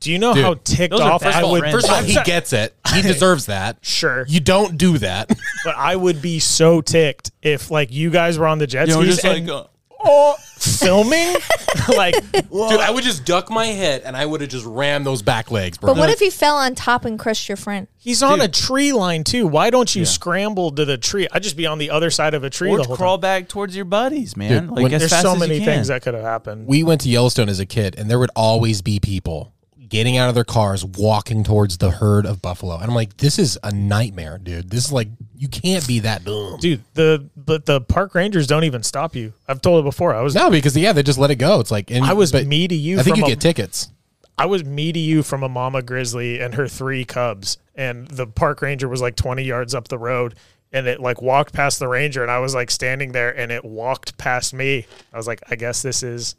S3: Do you know
S4: Dude,
S3: how ticked
S1: those are
S3: off
S1: first
S3: I
S1: of all
S3: would?
S1: random.
S4: First of all, he
S3: I'm so-
S4: gets it. He deserves that.
S3: Sure.
S4: You don't do that.
S3: But I would be so ticked if like you guys were on the jet
S1: You know,
S3: skis
S1: just like
S3: and
S1: uh,
S3: oh, filming. like
S4: Dude, I would just duck my head and I would have just rammed those back legs, bro.
S2: But what if he fell on top and crushed your friend?
S3: he's on a tree line too. Why don't you scramble to the tree? I'd just be on the other side of a tree
S1: or
S3: the whole
S1: crawl
S3: time.
S1: back towards your buddies, man.
S4: Dude,
S1: like
S4: when-
S1: as
S3: There's
S1: fast
S3: so
S1: as
S3: many
S1: you
S3: things
S1: can.
S3: that could have happened.
S4: we went to Yellowstone as a kid, and there would always be people getting out of their cars, walking towards the herd of buffalo. And I'm like, this is a nightmare, dude. This is like, you can't be that dumb.
S3: Dude, the but the park rangers don't even stop you. I've told it before. I was
S4: No, because yeah, they just let it go. It's like and,
S3: I was
S4: but
S3: me to you
S4: I think
S3: from
S4: you
S3: a-
S4: get tickets.
S3: I was me to you from a mama grizzly and her three cubs, and the park ranger was like 20 yards up the road, and it like walked past the ranger, and I was like standing there, and it walked past me. I was like, I guess this is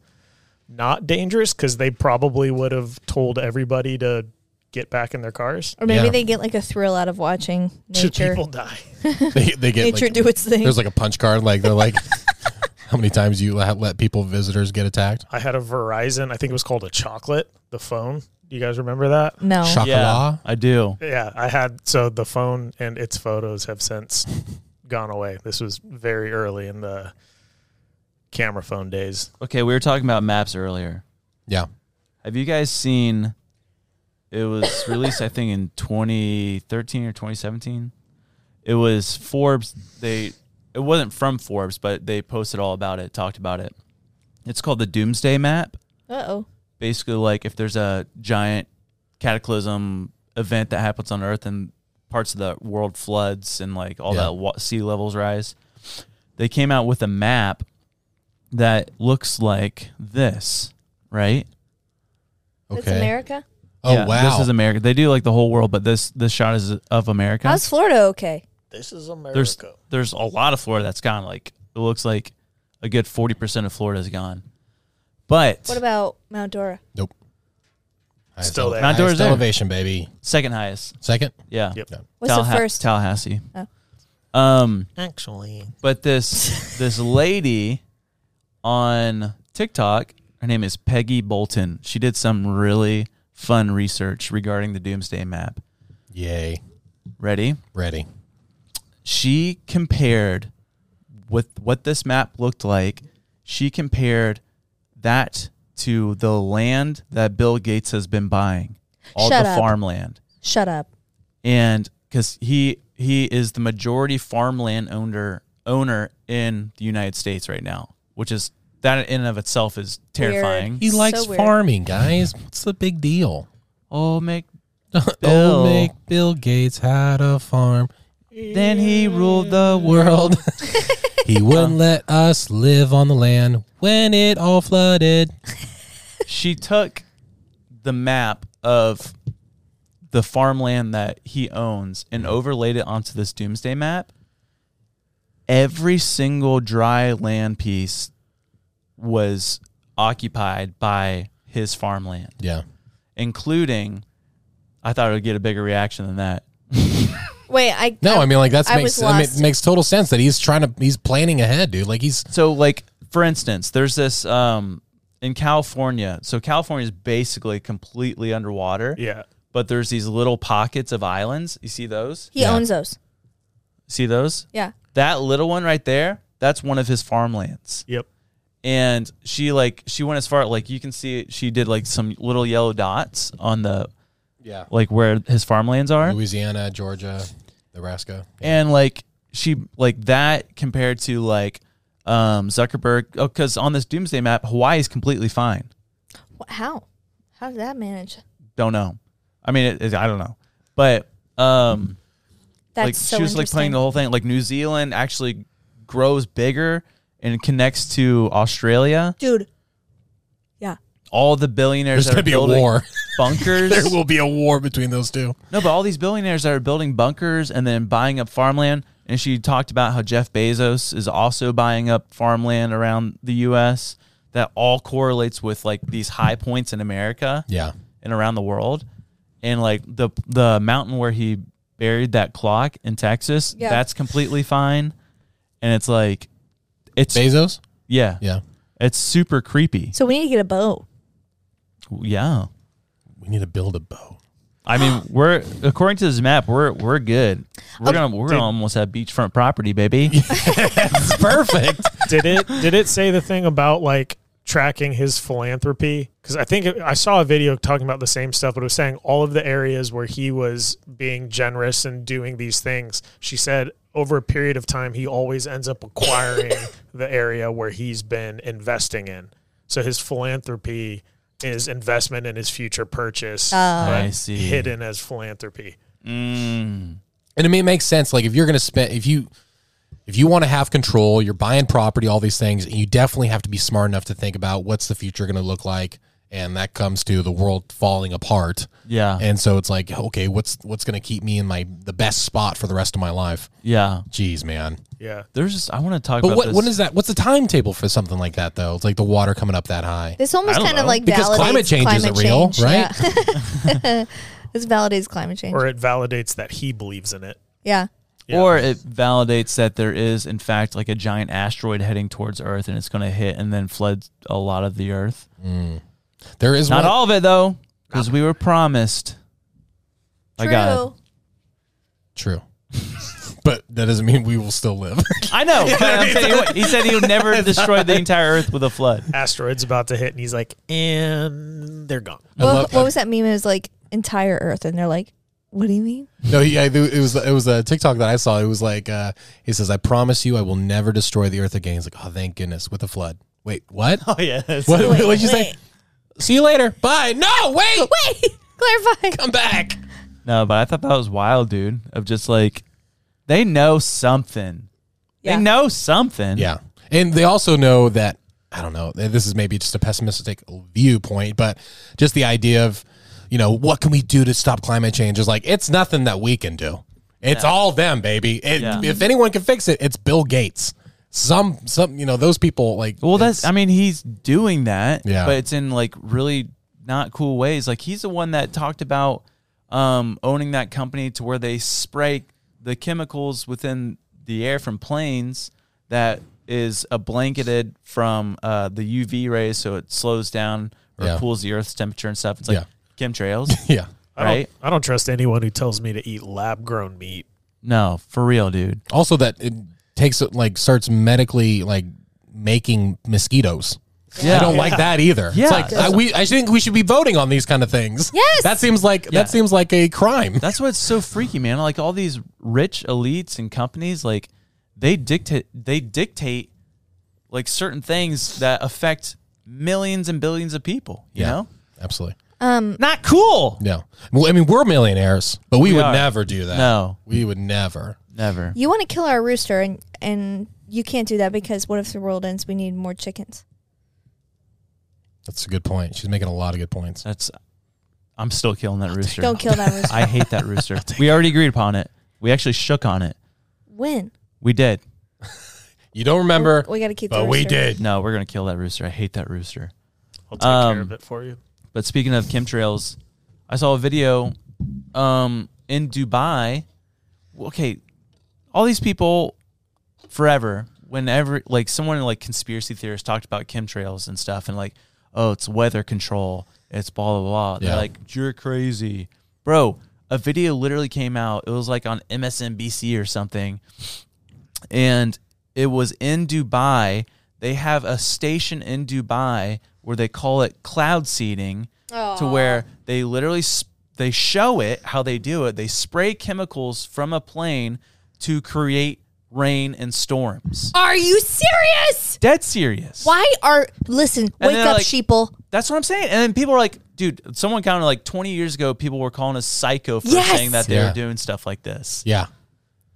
S3: not dangerous because they probably would have told everybody to get back in their cars.
S2: Or maybe
S4: Yeah.
S2: they get like a thrill out of watching
S3: Should
S2: nature.
S3: people die?
S4: They, they get
S2: Nature
S4: like,
S2: do its thing.
S4: There's like a punch card. Like they're like, how many times you let, let people visitors get attacked?
S3: I had a Verizon. I think it was called a chocolate. The phone. Do you guys remember that?
S2: no.
S4: Chocolat.
S1: Yeah, I do.
S3: Yeah, I had. So the phone and its photos have since gone away. This was very early in the camera phone days.
S1: Okay, we were talking about maps earlier.
S4: Yeah.
S1: Have you guys seen? It was released, I think, in 2013 or 2017. It was Forbes. They it wasn't from Forbes, but they posted all about it, talked about it. It's called the Doomsday Map.
S2: Uh oh.
S1: Basically, like if there's a giant cataclysm event that happens on Earth and parts of the world floods and like all
S4: Yeah.
S1: that wa- sea levels rise, they came out with a map that looks like this, right?
S4: Okay.
S2: That's America?
S4: Oh
S1: Yeah,
S4: wow.
S1: This is America. They do like the whole world, but this this shot is of America.
S2: How's Florida okay?
S3: This is America.
S1: there's there's a lot of Florida that's gone. Like it looks like a good forty percent of Florida is gone. But
S2: What about Mount Dora?
S4: nope. Highest
S3: Still
S4: ele-
S3: there.
S1: Not doors
S4: highest
S1: there.
S4: elevation, baby.
S1: second highest,
S4: Second.
S1: yeah.
S3: Yep.
S2: What's the
S1: Tallaha-
S2: first?
S1: Tallahassee.
S2: Oh.
S1: Um,
S3: Actually,
S1: but this this lady on TikTok, her name is Peggy Bolton. She did some really fun research regarding the Doomsday Map.
S4: Yay.
S1: Ready?
S4: Ready.
S1: she compared with what this map looked like she compared that to the land that bill gates has been buying all
S2: Shut
S1: the
S2: up.
S1: farmland
S2: Shut up.
S1: and because he he is the majority farmland owner owner in the united states right now which is that in and of itself is terrifying
S4: He
S2: So
S4: likes
S2: weird.
S4: farming, guys. What's the big deal?
S1: oh make
S4: Oh,
S1: Bill.
S4: make Bill Gates had a farm
S1: then he ruled the world
S4: world. he wouldn't let us live on the land when it all flooded.
S1: she took the map of the farmland that he owns and overlaid it onto this doomsday map. Every single dry land piece was occupied by his farmland,
S4: Yeah.
S1: including. I thought it would get a bigger reaction than that.
S2: Wait, I
S4: No, I mean like that's
S2: I
S4: makes
S2: was
S4: I mean,
S2: lost.
S4: it makes total sense that he's trying to he's planning ahead, dude. Like he's
S1: So, like for instance, there's this um, in California. So California is basically completely underwater,
S3: yeah.
S1: but there's these little pockets of islands. You see those?
S2: he
S4: Yeah.
S2: owns those.
S1: See those?
S2: Yeah.
S1: That little one right there, that's one of his farmlands.
S3: Yep.
S1: And she like she went as far like you can see she did like some little yellow dots on the
S4: yeah.
S1: like where his farmlands are.
S4: Louisiana, Georgia, Nebraska.
S1: And like she like that compared to like um Zuckerberg oh, cuz on this doomsday map Hawaii is completely fine.
S2: Wha- How? How did that manage?
S1: Don't know. I mean it, it- I don't know. But um
S2: That's
S1: like
S2: so
S1: she was like
S2: interesting.
S1: playing the whole thing like New Zealand actually grows bigger and connects to Australia.
S2: Dude. Yeah.
S1: all the billionaires that are
S4: There's gonna be a
S1: building
S4: war.
S1: bunkers.
S4: there will be a war between those two.
S1: no, but all these billionaires that are building bunkers and then buying up farmland. And she talked about how Jeff Bezos is also buying up farmland around the U.S. That all correlates with like these high points in America
S4: Yeah.
S1: and around the world. And like the the mountain where he buried that clock in Texas,
S2: Yeah.
S1: that's completely fine. And it's like, it's
S4: Bezos?
S1: yeah,
S4: Yeah.
S1: it's super creepy.
S2: So we need to get a boat.
S1: Yeah.
S4: We need to build a boat.
S1: I mean, we're according to this map, we're we're good. We're gonna we're gonna almost have beachfront property, baby.
S4: Perfect.
S3: did it did it say the thing about like tracking his philanthropy because i think it, i saw a video talking about the same stuff but it was saying all of the areas where he was being generous and doing these things she said over a period of time he always ends up acquiring the area where he's been investing in so his philanthropy is investment in his future purchase
S4: Uh,
S3: but
S1: I see.
S3: hidden as philanthropy
S1: Mm.
S4: And I mean, it makes sense. Like if you're going to spend, if you, if you want to have control, you're buying property, all these things, and you definitely have to be smart enough to think about what's the future going to look like and that comes to the world falling apart.
S1: Yeah.
S4: And so it's like, okay, what's what's going to keep me in my the best spot for the rest of my life?
S1: yeah.
S4: Jeez, man.
S3: Yeah.
S1: There's just I want to talk
S4: But
S1: about
S4: what
S1: this.
S4: when is that? What's the timetable for something like that though? It's like the water coming up that high.
S2: This almost
S1: I don't
S2: kind of
S1: know.
S2: like
S4: Because
S2: validates
S4: climate change
S2: climate
S4: isn't real,
S2: change. Yeah. this validates climate change.
S3: Or it validates that he believes in it.
S2: yeah.
S3: Yeah.
S1: Or it validates that there is, in fact, like a giant asteroid heading towards Earth, and it's going to hit and then flood a lot of the Earth.
S4: There is
S1: Not
S4: one,
S1: all of it, though, because we were promised. by
S2: True.
S1: God.
S4: true. but that doesn't mean we will still live.
S1: I know. But I'm saying, what- he said he would never destroy the entire Earth with a flood.
S3: Asteroid's about to hit, and he's like, and they're gone.
S4: I
S2: What,
S4: love-
S2: what was that meme? It was like entire Earth, and they're like, "What do you mean?"
S4: No, yeah, it was it was a TikTok that I saw. It was like uh, he says, "I promise you, I will never destroy the earth again." He's like, "Oh, thank goodness!" With a flood. Wait, what?
S9: Oh yeah. that's-
S4: What what would you say? See you later. Bye. No, wait.
S2: Wait, clarify.
S4: Come back.
S1: No, but I thought that was wild, dude. Of just like, they know something.
S2: Yeah.
S1: They know something.
S4: Yeah, and they also know that I don't know. This is maybe just a pessimistic viewpoint, but just the idea of you know what can we do to stop climate change is like it's nothing that we can do. It's all them, baby. It,
S1: Yeah.
S4: If anyone can fix it, it's Bill Gates. Some some you know those people like
S1: Well, that's.
S4: it's-
S1: I mean, he's doing that.
S4: Yeah.
S1: But it's in like really not cool ways. Like he's the one that talked about um, owning that company to where they spray the chemicals within the air from planes that is a blanketed from uh, the UV rays, so it slows down or
S4: Yeah.
S1: cools the Earth's temperature and stuff. It's like chemtrails,
S4: yeah.
S3: I don't-
S1: right?
S3: I don't trust anyone who tells me to eat lab grown meat.
S1: No, for real, dude.
S4: Also, that it takes like starts medically like making mosquitoes.
S1: Yeah.
S4: I don't like that either.
S1: Yeah.
S4: It's like I, we, I think we should be voting on these kind of things.
S2: Yes.
S4: that seems like
S1: Yeah.
S4: that seems like a crime.
S1: That's what's so freaky, man. Like all these rich elites and companies, like they dictate they dictate like certain things that affect millions and billions of people. You
S4: Yeah.
S1: know?
S4: Absolutely.
S9: Not cool.
S4: No. Well, I mean, we're millionaires, but we, would
S1: are.
S4: never do that.
S1: No.
S4: We would never.
S1: Never.
S2: You want to kill our rooster, and and you can't do that because what if the world ends? We need more chickens.
S4: That's a good point. She's making a lot of good points.
S1: That's I'm still killing that rooster.
S2: Don't kill that rooster.
S1: I hate that rooster. we already agreed upon it. We actually shook on it.
S2: When
S1: We did.
S4: You don't remember,
S2: we got to keep. the
S4: but we
S2: rooster.
S4: did.
S1: No, we're gonna kill that rooster. I hate that rooster.
S3: I'll take
S1: Um,
S3: care of it for you.
S1: But speaking of chemtrails, I saw a video um, in Dubai. Okay, all these people forever, whenever like someone like conspiracy theorists talked about chemtrails and stuff, and like, oh, it's weather control, it's blah blah blah.
S4: Yeah.
S1: They're like, you're crazy, bro. A video literally came out. It was like on MSNBC or something, and it was in Dubai. They have a station in Dubai where they call it cloud seeding, to where they literally sp- they show it how they do it. They spray chemicals from a plane to create rain and storms.
S2: Are you serious?
S1: Dead serious.
S2: Why are listen?
S1: And
S2: Wake
S1: they're
S2: up,
S1: like-
S2: sheeple.
S1: That's what I'm saying. And then people are like, dude, someone counted like 20 years ago, people were calling us psycho for
S2: Yes.
S1: saying that they
S4: Yeah.
S1: were doing stuff like this.
S4: Yeah.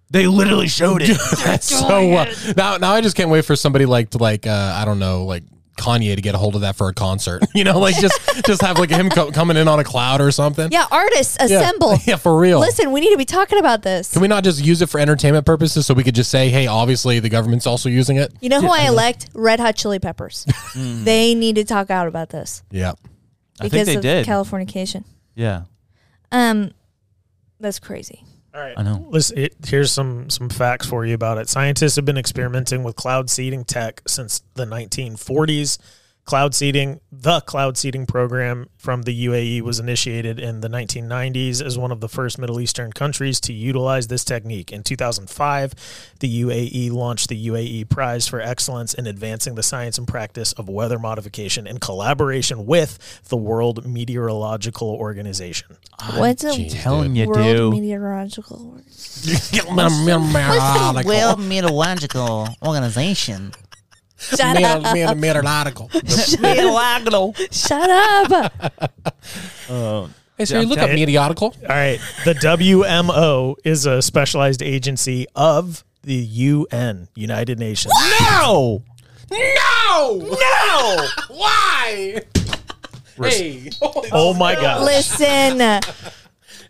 S1: They literally showed it.
S4: That's so uh, now. Now I just can't wait for somebody like to like uh, I don't know like Kanye to get a hold of that for a concert. You know, like just just have like him co- coming in on a cloud or something.
S2: Yeah, artists
S4: Yeah.
S2: assemble.
S4: Yeah, for real.
S2: Listen, we need to be talking about this.
S4: Can we not just use it for entertainment purposes so we could just say, hey, obviously the government's also using it?
S2: You know who I elect? Red Hot Chili Peppers. they need to talk out about this
S1: Mm.
S4: Yeah.
S1: I think
S2: because
S1: they
S2: of
S1: did.
S2: Californication.
S1: yeah.
S2: Um, that's crazy.
S3: All right.
S1: I know.
S3: Listen, it, here's some some facts for you about it. Scientists have been experimenting with cloud seeding tech since the 1940s. Cloud seeding, the cloud seeding program from the UAE was initiated in the 1990s as one of the first Middle Eastern countries to utilize this technique. In 2005, the UAE launched the UAE Prize for Excellence in advancing the science and practice of weather modification in collaboration with the World Meteorological Organization.
S2: What's a
S4: Jeez,
S1: Telling
S4: dude.
S1: you,
S2: world
S1: dude.
S2: meteorological word?
S4: Meteorological.
S9: meteorological organization.
S2: Shut up!
S4: Meteor- Meteorological.
S9: Meteorological.
S2: Shut up!
S4: Hey, so you look up
S3: Yeah.
S4: meteorological.
S3: All right. The WMO is a specialized agency of the UN, United Nations.
S9: No.
S4: No! No! Why? Hey,
S3: Oh my god!
S2: Listen,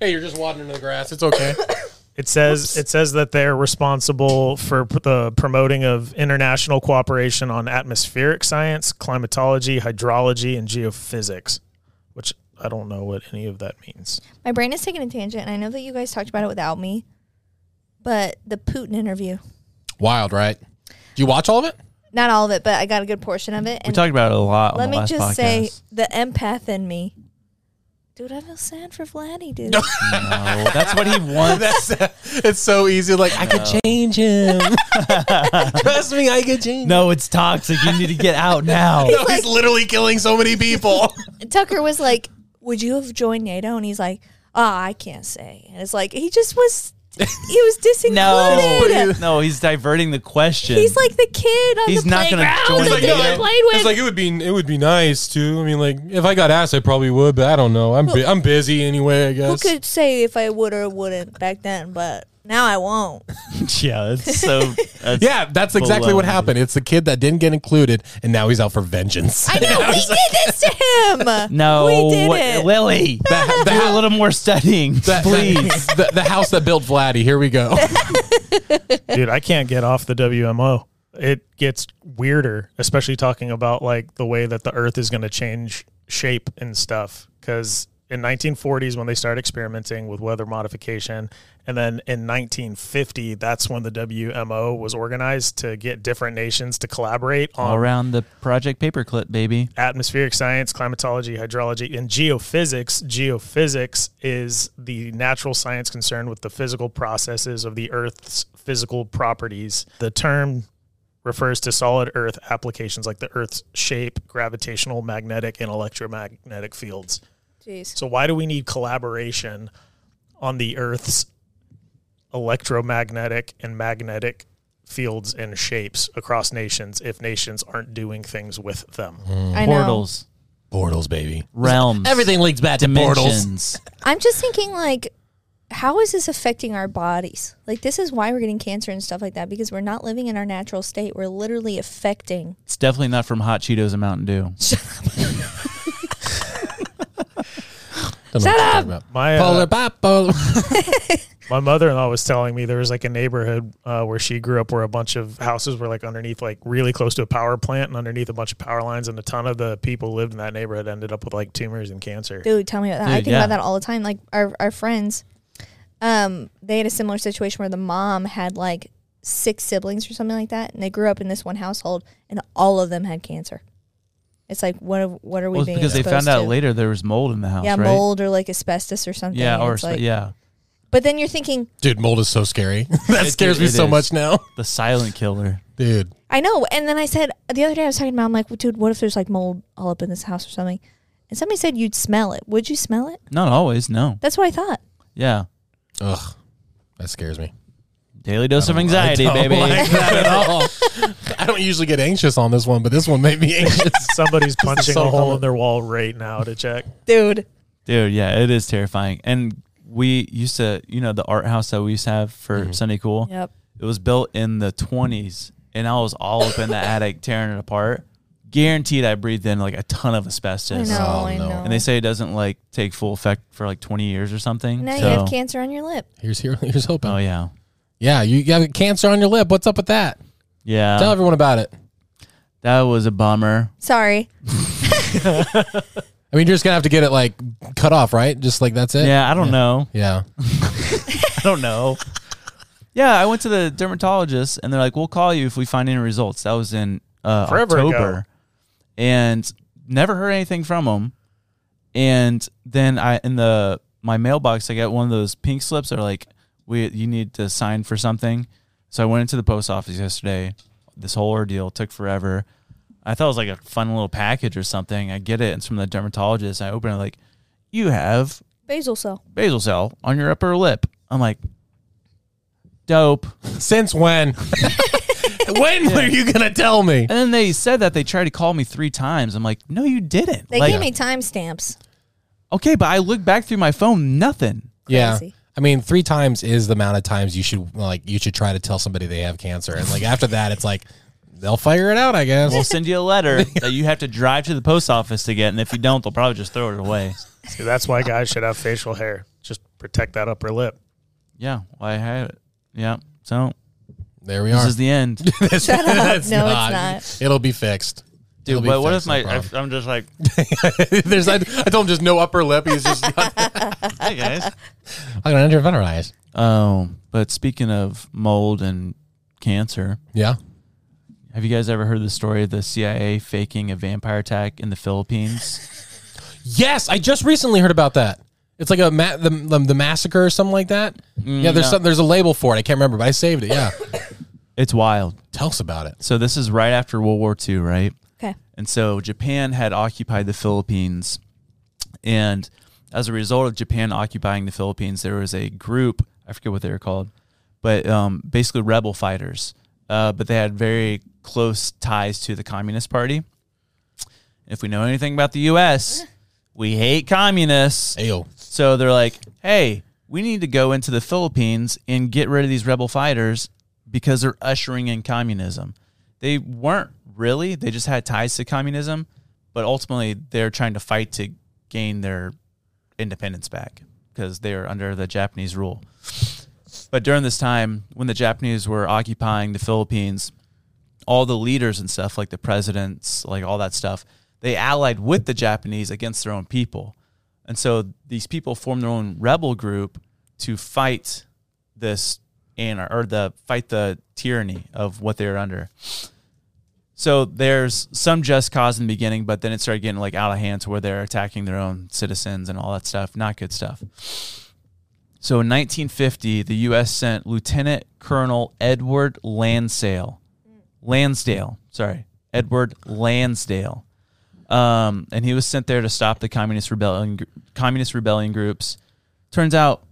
S4: hey, you're just wandering in the grass. It's okay.
S3: It says it says that they're responsible for p- the promoting of international cooperation on atmospheric science, climatology, hydrology, and geophysics, which I don't know what any of that means.
S2: my brain is taking a tangent, and I know that you guys talked about it without me, but the Putin interview.
S4: Wild, right? Do you watch all of it?
S2: Not all of it, but I got a good portion of it.
S1: We
S2: And
S1: talked about it a lot. on
S2: let
S1: the
S2: me
S1: last
S2: just
S1: podcast.
S2: say, the empath in me. Dude, I feel sad for Vladdy, dude. Oh,
S1: no, that's what he wants.
S4: That's it's so easy. Like I could change him. Trust me, I could change.
S9: No, it's toxic. You need to get out now.
S4: him. he's literally killing so many people.
S2: Tucker was like, "Would you have joined NATO?" And he's like, "Ah, I can't say." And it's like he just was, he was
S9: No,
S2: disincluded.
S9: no, he's diverting the question.
S2: He's like the kid on
S1: He's
S2: the
S1: not gonna
S2: playground
S1: join
S2: that
S1: Like,
S2: they
S1: no,
S2: all
S1: I-
S2: played with.
S4: it would be it would be nice too. I mean, like if I got asked, I probably would, but I don't know. I'm bu- I'm busy anyway. I
S2: Who
S4: guess.
S2: could say if I would or wouldn't back then? But now I won't.
S9: yeah, it's so. That's,
S4: yeah, that's exactly what
S9: Baloney.
S4: happened. It's the kid that didn't get included, and now he's out for vengeance.
S2: I know we did this to him.
S9: No,
S2: we did
S9: what-
S2: it.
S9: Lily,
S4: That-
S9: do
S4: that-
S9: a little more studying,
S4: That-
S9: please.
S4: the, the house that built Vladdy. Here we go.
S3: Dude, I can't get off the WMO. It gets weirder, especially talking about like the way that the earth is going to change shape and stuff cuz in 1940s when they started experimenting with weather modification and then in 1950 that's when the WMO was organized to get different nations to collaborate
S1: All
S3: on
S1: around the Project Paperclip, baby.
S3: atmospheric science, climatology, hydrology, and geophysics. Geophysics is the natural science concerned with the physical processes of the Earth's physical properties. The term refers to solid Earth applications like the Earth's shape, gravitational, magnetic, and electromagnetic fields.
S2: Jeez.
S3: So, why do we need collaboration on the Earth's electromagnetic and magnetic fields and shapes across nations if nations aren't doing things with them?
S2: I know.
S1: Portals,
S4: Portals, baby.
S1: realms,
S4: Everything leads back to portals.
S1: dimensions.
S2: I'm just thinking like. How is this affecting our bodies? Like this is why we're getting cancer and stuff like that because we're not living in our natural state. We're literally affecting
S1: It's definitely not from Hot Cheetos and Mountain Dew.
S4: Don't know what you're talking about.
S3: My uh,
S4: Polar pop, polar-
S3: my mother in law was telling me there was like a neighborhood uh, where she grew up where a bunch of houses were like underneath, like really close to a power plant and underneath a bunch of power lines, and a ton of the people lived in that neighborhood ended up with like tumors and cancer.
S2: Dude, tell me about that. I
S1: Dude,
S2: think
S1: yeah.
S2: about that all the time. Like our our friends, um, they had a similar situation where the mom had like six siblings or something like that, and they grew up in this one household, and all of them had cancer. It's like what are- what are we
S1: Well, it's
S2: being
S1: because they
S2: exposed
S1: found out
S2: to?
S1: later there was mold in the house,
S2: Yeah,
S1: right?
S2: mold or like asbestos or something.
S1: Yeah, or
S2: It's
S1: so-
S2: like-
S1: yeah,
S2: But then you're thinking,
S4: Dude, mold is so scary. That
S1: It-
S4: scares
S1: it-
S4: me
S1: it
S4: so
S1: is.
S4: much now.
S1: the silent killer.
S4: Dude.
S2: I know. And then I said the other day I was talking about, I'm like, well, dude, what if there's like mold all up in this house or something? And somebody said you'd smell it. Would you smell it?
S1: Not always, no.
S2: That's what I thought.
S1: Yeah,
S4: Ugh. That scares me.
S1: daily dose of anxiety,
S4: I don't
S1: baby.
S4: like that at all. I don't usually get anxious on this one, but this one made me anxious.
S3: Somebody's punching
S4: so
S3: a hole
S4: dumb.
S3: in their wall right now to check.
S2: Dude.
S1: Dude, yeah, it is terrifying. And we used to, you know, the art house that we used to have for Sunday Cool.
S2: Yep.
S1: It was built in the 20s, and I was all up in the attic tearing it apart. Guaranteed, I breathed in like a ton of
S2: I
S1: asbestos.
S2: know,
S4: Oh,
S2: I
S4: no.
S2: know.
S1: And they say it doesn't like take full effect for like 20 years or something.
S2: now
S1: So-
S2: you have cancer on your lip.
S4: Here's here, here's hoping.
S1: Oh yeah,
S4: yeah, you got cancer on your lip. What's up with that?
S1: yeah.
S4: Tell everyone about it.
S1: that was a bummer.
S2: Sorry.
S4: I mean, you're just gonna have to get it like cut off, right? Just like that's it.
S1: Yeah, I don't know.
S4: Yeah.
S1: I don't know. yeah, I went to the dermatologist, and they're like, "We'll call you if we find any results." That was in uh,
S3: Forever ago.
S1: October, and never heard anything from them. And then I in the my mailbox, I got one of those pink slips. that are like, "We you need to sign for something." So I went into the post office yesterday. This whole ordeal took forever. I thought it was like a fun little package or something. I get it. It's from the dermatologist. I open it like, you have
S2: Basil cell.
S1: basal cell on your upper lip. I'm like, dope.
S4: Since when? when were you gonna tell me?
S1: And then they said that they tried to call me three times. I'm like, no, you didn't.
S2: They
S1: like,
S2: gave me timestamps.
S1: okay, but I looked back through my phone, nothing.
S4: Yeah.
S2: Crazy.
S4: I mean, three times is the amount of times you should like you should try to tell somebody they have cancer, and like after that, it's like They'll figure it out, I guess.
S1: We'll send you a letter that you have to drive to the post office to get, and if you don't, they'll probably just throw it away.
S3: See, that's why guys should have facial hair. Just protect that upper lip.
S1: Yeah, well, I had it. Yeah, so
S4: there we
S1: this
S4: are.
S1: is the end,
S2: Shut up. No, it's not.
S4: It'll be fixed. It'll
S1: dude.
S4: be
S1: But what if
S4: fixed,
S1: my?
S4: no
S1: if I'm just like,
S4: problem. There's I, I told him just no upper lip. He's just not,
S1: hey guys.
S4: I'm gonna enter in our eyes.
S1: Oh, but speaking of mold and cancer,
S4: Yeah.
S1: have you guys ever heard the story of the CIA faking a vampire attack in the Philippines?
S4: Yes, I just recently heard about that. It's like a ma- the, the the massacre or something like that. yeah, there's
S1: yeah.
S4: some, there's a label for it. I can't remember, but I saved it. Yeah,
S1: It's wild.
S4: tell us about it.
S1: So this is right after World War II, right?
S2: Okay.
S1: And so Japan had occupied the Philippines. And as a result of Japan occupying the Philippines, there was a group, I forget what they were called, but um, basically rebel fighters. Uh, but they had very close ties to the Communist Party. If we know anything about the U.S., we hate communists.
S4: Ayo.
S1: So they're like, hey, we need to go into the Philippines and get rid of these rebel fighters because they're ushering in communism. They weren't really, they just had ties to communism, but ultimately they're trying to fight to gain their independence back because they are under the Japanese rule. But during this time, when the Japanese were occupying the Philippines, all the leaders and stuff, like the presidents, like all that stuff, they allied with the Japanese against their own people. And so these people formed their own rebel group to fight this anar- or the fight the tyranny of what they're under. So there's some just cause in the beginning, but then it started getting like out of hand to where they're attacking their own citizens and all that stuff. Not good stuff. So in 1950, the U.S. sent Lieutenant Colonel Edward Lansdale, Lansdale, sorry, Edward Lansdale, um, and he was sent there to stop the communist rebellion communist rebellion groups. Turns out,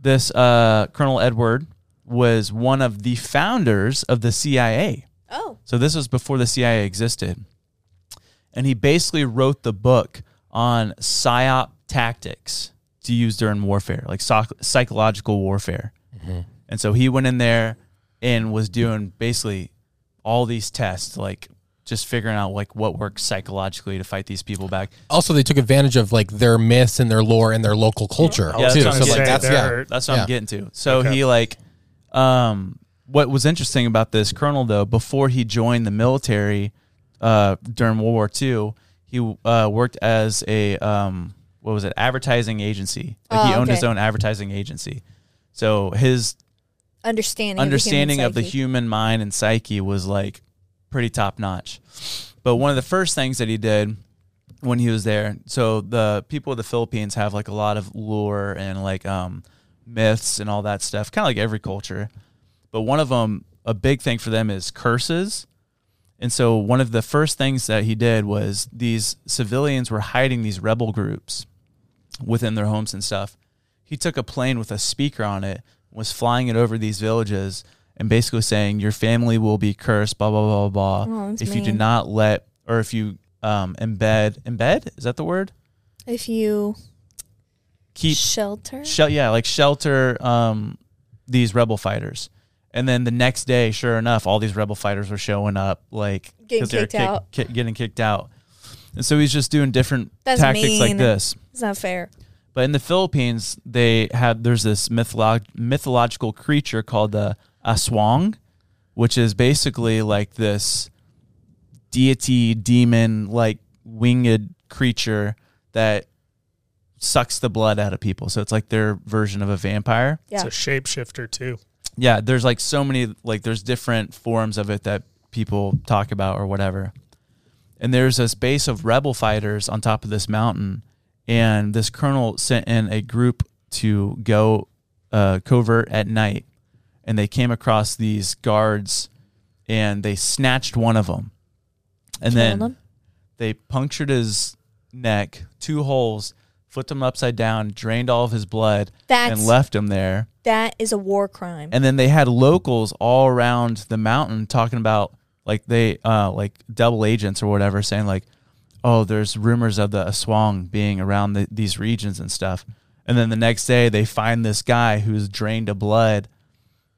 S1: this uh, Colonel Edward was one of the founders of the CIA.
S2: Oh.
S1: So this was before the CIA existed. And he basically wrote the book on psyop tactics to use during warfare, like psych- psychological warfare. And so he went in there and was doing basically all these tests, like just figuring out like what works psychologically to fight these people back.
S4: Also, they took advantage of like their myths and their lore and their local culture
S1: Yeah, that's
S4: too.
S1: what I'm
S4: So
S1: saying.
S4: like that's yeah.
S3: They're-
S1: That's what
S4: Yeah.
S1: I'm getting to. So he like, um, what was interesting about this colonel though, before he joined the military, uh, during World War II, he uh, worked as a um, what was it, advertising agency. Like he
S2: Oh,
S1: owned his
S2: okay.
S1: own advertising agency. So his
S2: Understanding.
S1: understanding of the
S2: human.
S1: human mind and psyche was like pretty top notch. But one of the first things that he did when he was there, so the people of the Philippines have like a lot of lore and like um, myths and all that stuff, kind of like every culture. But one of them, a big thing for them is curses. And so one of the first things that he did was these civilians were hiding these rebel groups within their homes and stuff. He took a plane with a speaker on it, was flying it over these villages, and basically saying, "Your family will be cursed." Blah blah blah blah. blah.
S2: Oh, that's
S1: if you do
S2: mean.
S1: not let, or if you um, embed, embed is that the word?
S2: If you
S1: Keep
S2: shelter.
S1: Shel- yeah, like shelter um, these rebel fighters. And then the next day, sure enough, all these rebel fighters were showing up, like
S2: Getting
S1: 'cause they were
S2: kicked
S1: kick-
S2: out.
S1: ki- getting kicked out. And so he's just doing different
S2: That's
S1: tactics like
S2: mean.
S1: this.
S2: it's not fair.
S1: But in the Philippines, they had there's this mytholo- mythological creature called the aswang, which is basically like this deity demon like winged creature that sucks the blood out of people. So it's like their version of a vampire.
S2: Yeah.
S3: It's a shapeshifter too.
S1: Yeah, there's like so many like there's different forms of it that people talk about or whatever. And there's this base of rebel fighters on top of this mountain, and this colonel sent in a group to go uh, covert at night, and they came across these guards, and they snatched one of them, and then
S2: Killed him?
S1: they punctured his neck, two holes, flipped him upside down, drained all of his blood,
S2: That's-
S1: and left him there.
S2: That is a war crime.
S1: And then they had locals all around the mountain talking about like they uh like double agents or whatever saying like, oh, there's rumors of the Aswang being around the, these regions and stuff. And then the next day they find this guy who's drained of blood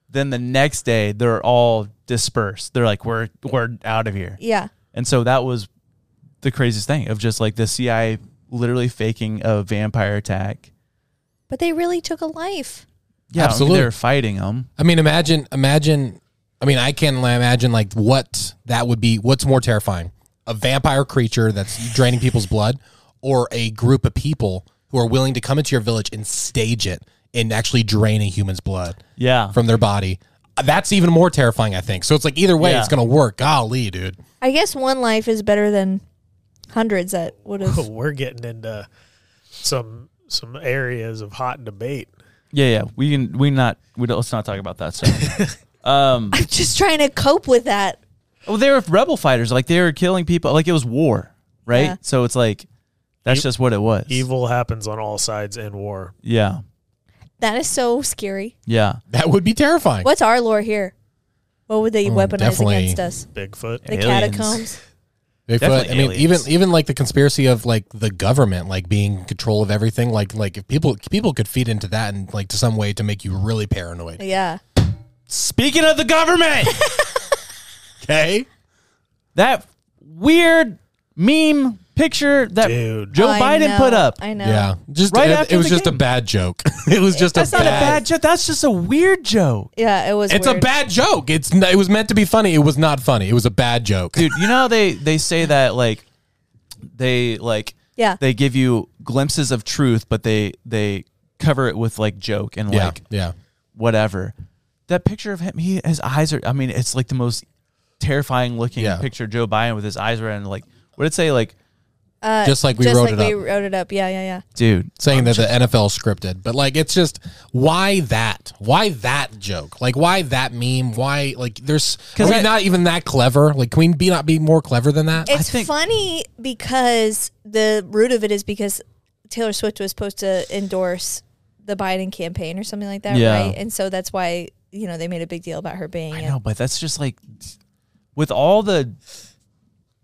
S1: Then the next day, they're all dispersed. They're like, we're we're out of here.
S2: Yeah.
S1: And so that was the craziest thing of just like the CIA literally faking a vampire attack.
S2: But they really took a life.
S1: Yeah,
S4: Absolutely.
S1: they're fighting them.
S4: I mean, imagine, imagine. I mean, I can imagine like what that would be. What's more terrifying, a vampire creature that's draining people's blood, or a group of people who are willing to come into your village and stage it and actually drain a human's blood
S1: Yeah.
S4: from their body? That's even more terrifying, I think. So it's like either way,
S1: Yeah.
S4: it's gonna work. Golly, dude.
S2: I guess one life is better than hundreds that would have.
S3: We're getting into some some areas of hot debate.
S1: Yeah, yeah. We can we not we don't, let's not talk about that stuff. um
S2: I'm just trying to cope with that.
S1: well, they were rebel fighters, like they were killing people like it was war, right?
S2: Yeah.
S1: So it's like that's
S3: Ev-
S1: just what it was.
S3: E- Evil happens on all sides in war.
S1: Yeah.
S2: That is so scary.
S1: Yeah.
S4: That would be terrifying.
S2: What's our lore here? What would they weaponize
S4: Mm, definitely
S2: against us?
S3: Bigfoot.
S2: The
S1: aliens.
S2: catacombs.
S4: Bigfoot.
S1: Definitely
S4: I mean,
S1: aliens.
S4: even even like the conspiracy of like the government like being in control of everything. Like like if people people could feed into that and like to some way to make you really paranoid.
S2: Yeah.
S9: Speaking of the government,
S4: Okay.
S1: That weird meme picture that
S3: Dude.
S1: Joe
S2: I
S1: Biden
S2: know,
S1: put up.
S2: I know.
S4: Yeah. Just
S1: Right
S4: it,
S1: after
S4: it was
S1: the
S4: just a
S1: game.
S4: bad joke. it was just
S1: That's
S4: a
S1: not
S4: bad,
S1: a bad joke. That's just a weird joke.
S2: Yeah, it was.
S4: It's a
S2: weird.
S4: bad joke. It's n- it was meant to be funny. It was not funny. It was a bad joke.
S1: Dude, you know how they they say that like they like
S2: Yeah.
S1: they give you glimpses of truth but they they cover it with like joke and
S4: yeah.
S1: like
S4: yeah.
S1: whatever. That picture of him, he his eyes are. I mean, it's like the most terrifying looking
S4: Yeah.
S1: picture. of Joe Biden with his eyes around. and, Like, what did it say? Like,
S2: Uh,
S4: Just like we
S2: just
S4: wrote
S2: like
S4: it
S2: we
S4: up.
S2: wrote it up. Yeah, yeah, yeah.
S1: dude,
S4: Saying that the NFL scripted, but like it's just why that? Why that joke? Like why that meme? Why like there's are
S1: 'Cause
S4: we
S1: I-
S4: not even that clever? Like can we be not be more clever than that?
S2: It's
S1: think-
S2: funny because the root of it is because Taylor Swift was supposed to endorse the Biden campaign or something like that,
S1: Yeah.
S2: right? And so that's why you know they made a big deal about her being.
S1: I
S2: in-
S1: know, but that's just like, with all the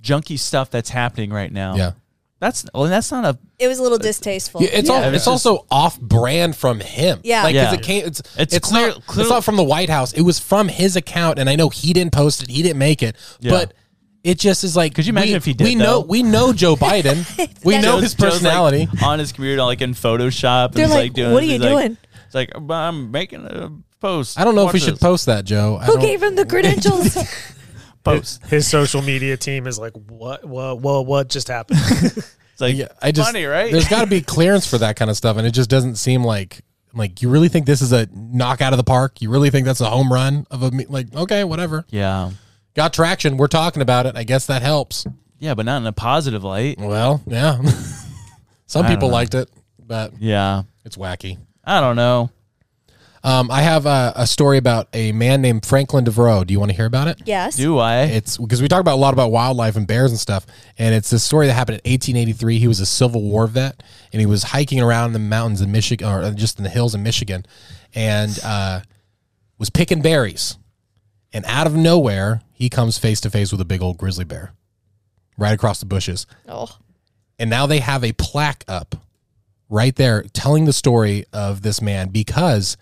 S1: junky stuff that's happening right now.
S4: Yeah.
S1: that's well, that's not a.
S2: It was a little distasteful.
S4: Yeah, it's
S1: Yeah,
S4: all,
S1: it's
S4: it's,
S1: just-
S4: also off brand from him.
S2: Yeah.
S4: like 'cause
S1: Yeah.
S4: it came. It's
S1: It's
S4: it's,
S1: clear-
S4: not,
S1: clear-
S4: it's not from the White House. It was from his account, and I know he didn't post it. He didn't make it,
S1: Yeah.
S4: but it just is like.
S1: Could you imagine
S4: we-
S1: if he did,
S4: We know
S1: though?
S4: we know Joe Biden. we
S2: That's-
S4: know
S2: Joe-
S4: his
S1: Joe's, like,
S4: personality.
S1: on his computer, like in Photoshop. and
S2: They're
S1: he's,
S2: like,
S1: doing
S2: "What are
S1: this,
S2: you
S1: he's like-
S2: doing?"
S1: It's like I'm making a post.
S4: I don't know if
S1: Watch
S4: we should
S1: this.
S4: post that, Joe. I
S2: Who
S4: don't-
S2: gave him the credentials?
S1: post.
S3: His social media team is like, what? What? What? What just happened?
S1: It's like
S4: Yeah, I just
S1: funny, right?
S4: There's got to be clearance for that kind of stuff, and it just doesn't seem like like you really think this is a knock out of the park. You really think that's a home run of a me- like? Okay, whatever.
S1: yeah,
S4: Got traction. We're talking about it. I guess that helps.
S1: yeah, but not in a positive light.
S4: Well, yeah. Some
S1: I don't
S4: people
S1: know.
S4: liked it, but
S1: Yeah,
S4: it's wacky.
S1: I don't know.
S4: Um, I have a, a story about a man named Franklin Devereaux. Do you want to hear about it?
S2: yes.
S1: Do I?
S4: It's because we talk about a lot about wildlife and bears and stuff, and it's this story that happened in 1883. He was a Civil War vet, and he was hiking around the mountains in Michigan, or just in the hills in Michigan, and uh, was picking berries. And out of nowhere, he comes face to face with a big old grizzly bear, right across the bushes.
S2: Oh.
S4: and now they have a plaque up right there telling the story of this man because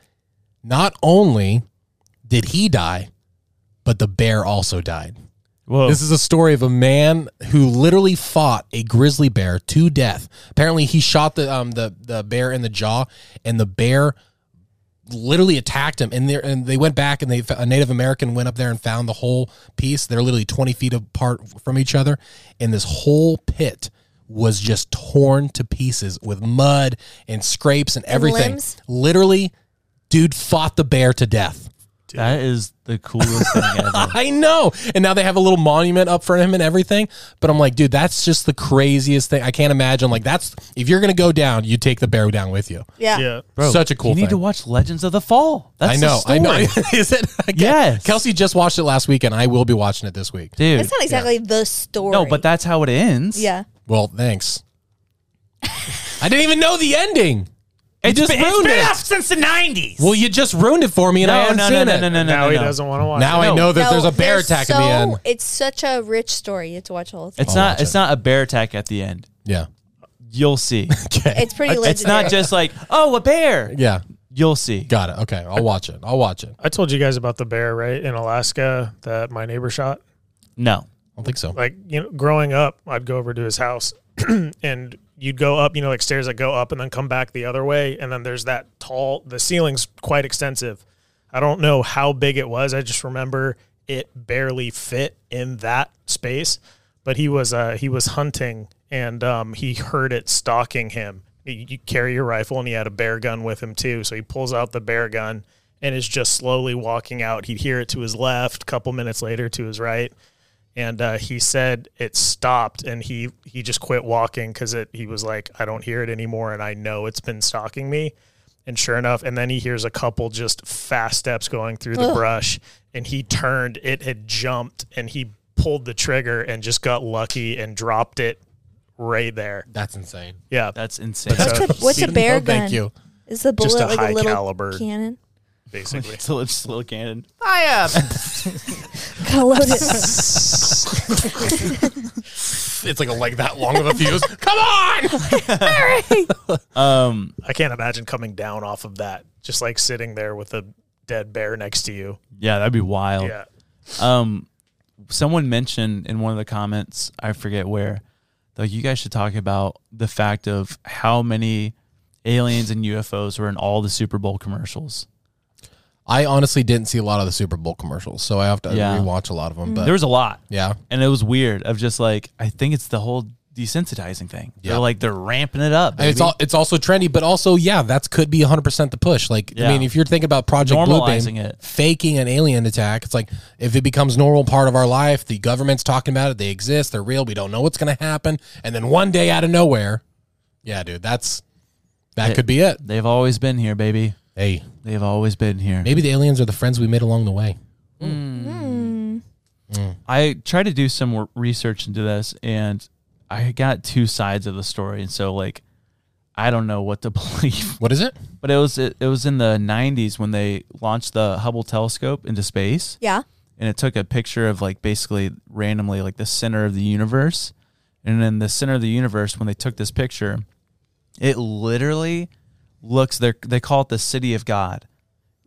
S4: not only did he die but the bear also died
S1: Whoa.
S4: this is a story of a man who literally fought a grizzly bear to death apparently he shot the um the, the bear in the jaw and the bear literally attacked him and, there- and they went back and they a native american went up there and found the whole piece they're literally 20 feet apart from each other and this whole pit was just torn to pieces with mud and scrapes and everything
S2: limbs?
S4: literally dude fought the bear to death
S1: that is the coolest thing ever.
S4: I know. And now they have a little monument up for him and everything. But I'm like, dude, that's just the craziest thing. I can't imagine. Like, that's if you're gonna go down, you take the bear down with you.
S2: Yeah.
S3: yeah.
S4: Such a cool
S1: You
S4: thing.
S1: need to watch Legends of the Fall. That's
S4: I
S1: the
S4: know. I know.
S1: story.
S4: Is it? I can't-
S1: Yes.
S4: Kelsey just watched it last week, and I will be watching it this week.
S1: dude.
S2: That's not exactly the story.
S1: No, but that's how it ends.
S2: Yeah.
S4: Well, thanks. I didn't even know the ending. You just
S9: been-
S4: ruined
S9: been
S4: it.
S9: up since the '90s.
S4: Well, you just ruined it for me, and I
S1: No,
S4: haven't
S1: no, no,
S4: seen
S1: no,
S4: it.
S1: no, no, no.
S3: Now
S1: no,
S3: he
S1: no.
S3: doesn't want to watch.
S4: Now
S3: it.
S4: I know that
S2: No,
S4: there's a bear
S2: they're
S4: attack
S2: so-
S4: in the end.
S2: It's such a rich story. You have to watch the whole thing.
S1: It's
S4: I'll
S1: not.
S4: watch
S1: It's
S4: it.
S1: not a bear attack at the end.
S4: Yeah.
S1: You'll see.
S4: Okay.
S2: It's pretty legendary.
S1: it's not just like oh a bear.
S4: yeah.
S1: You'll see.
S4: Got it. Okay, I'll watch it. I'll watch it. I
S3: I told you guys about the bear, right, in Alaska that my neighbor shot.
S1: No.
S4: don't think so.
S3: Like, you know, growing up, I'd go over to his house and you'd go up, you know, like stairs that go up and then come back the other way. And then there's that tall, the ceiling's quite extensive. I don't know how big it was. I just remember it barely fit in that space. But he was uh, he was hunting and um, he heard it stalking him. You you carry your rifle and he had a bear gun with him too. So he pulls out the bear gun and is just slowly walking out. He'd hear it to his left, couple minutes later to his right and uh, he said it stopped and he he just quit walking because it he was like i don't hear it anymore and i know it's been stalking me and sure enough and then he hears a couple just fast steps going through the brush and he turned it had jumped and he pulled the trigger and just got lucky and dropped it right there
S4: That's insane.
S3: yeah
S1: That's insane.
S3: That's
S2: What's a, what's a
S4: No,
S2: bear gun?
S4: Thank you.
S2: Is the bullet
S3: Just a
S2: like
S3: high
S2: a little
S3: caliber.
S2: cannon?
S3: basically
S1: it's a little- just a little cannon.
S2: Gotta load it.
S4: It's like a like that long of a fuse. Come on.
S1: Um,
S3: i can't imagine coming down off of that just like sitting there with a dead bear next to you
S1: yeah, that'd be wild.
S3: yeah
S1: Um, someone mentioned in one of the comments, I forget where, though you guys should talk about the fact of how many aliens and UFOs were in all the Super Bowl commercials.
S4: I honestly didn't see a lot of the Super Bowl commercials, so I have to
S1: Yeah.
S4: rewatch a lot of them. But
S1: There was a lot,
S4: yeah,
S1: and it was weird. Of just like, I think it's the whole desensitizing thing.
S4: Yeah.
S1: They're like they're ramping it up.
S4: and it's
S1: baby.
S4: all it's also trendy, but also yeah, that's could be 100 percent the push. Like I
S1: Yeah.
S4: mean, if you're thinking about Project Bluebeam,
S1: Normalizing it.
S4: faking an alien attack, it's like if it becomes normal part of our life, the government's talking about it, they exist, they're real, we don't know what's going to happen, and then one day out of nowhere, yeah, dude, that's that
S1: It-
S4: could be it.
S1: They've always been here, baby.
S4: Hey,
S1: They've always been here.
S4: maybe the aliens are the friends we made along the way.
S1: I tried to do some wor- research into this and I got two sides of the story. And so, like, I don't know what to believe.
S4: What is it?
S1: But it was it, it was in the 90s when they launched the Hubble telescope into space
S2: yeah.
S1: and it took a picture of like basically randomly like the center of the universe. And in the center of the universe when they took this picture, it literally looks they they call it the city of God.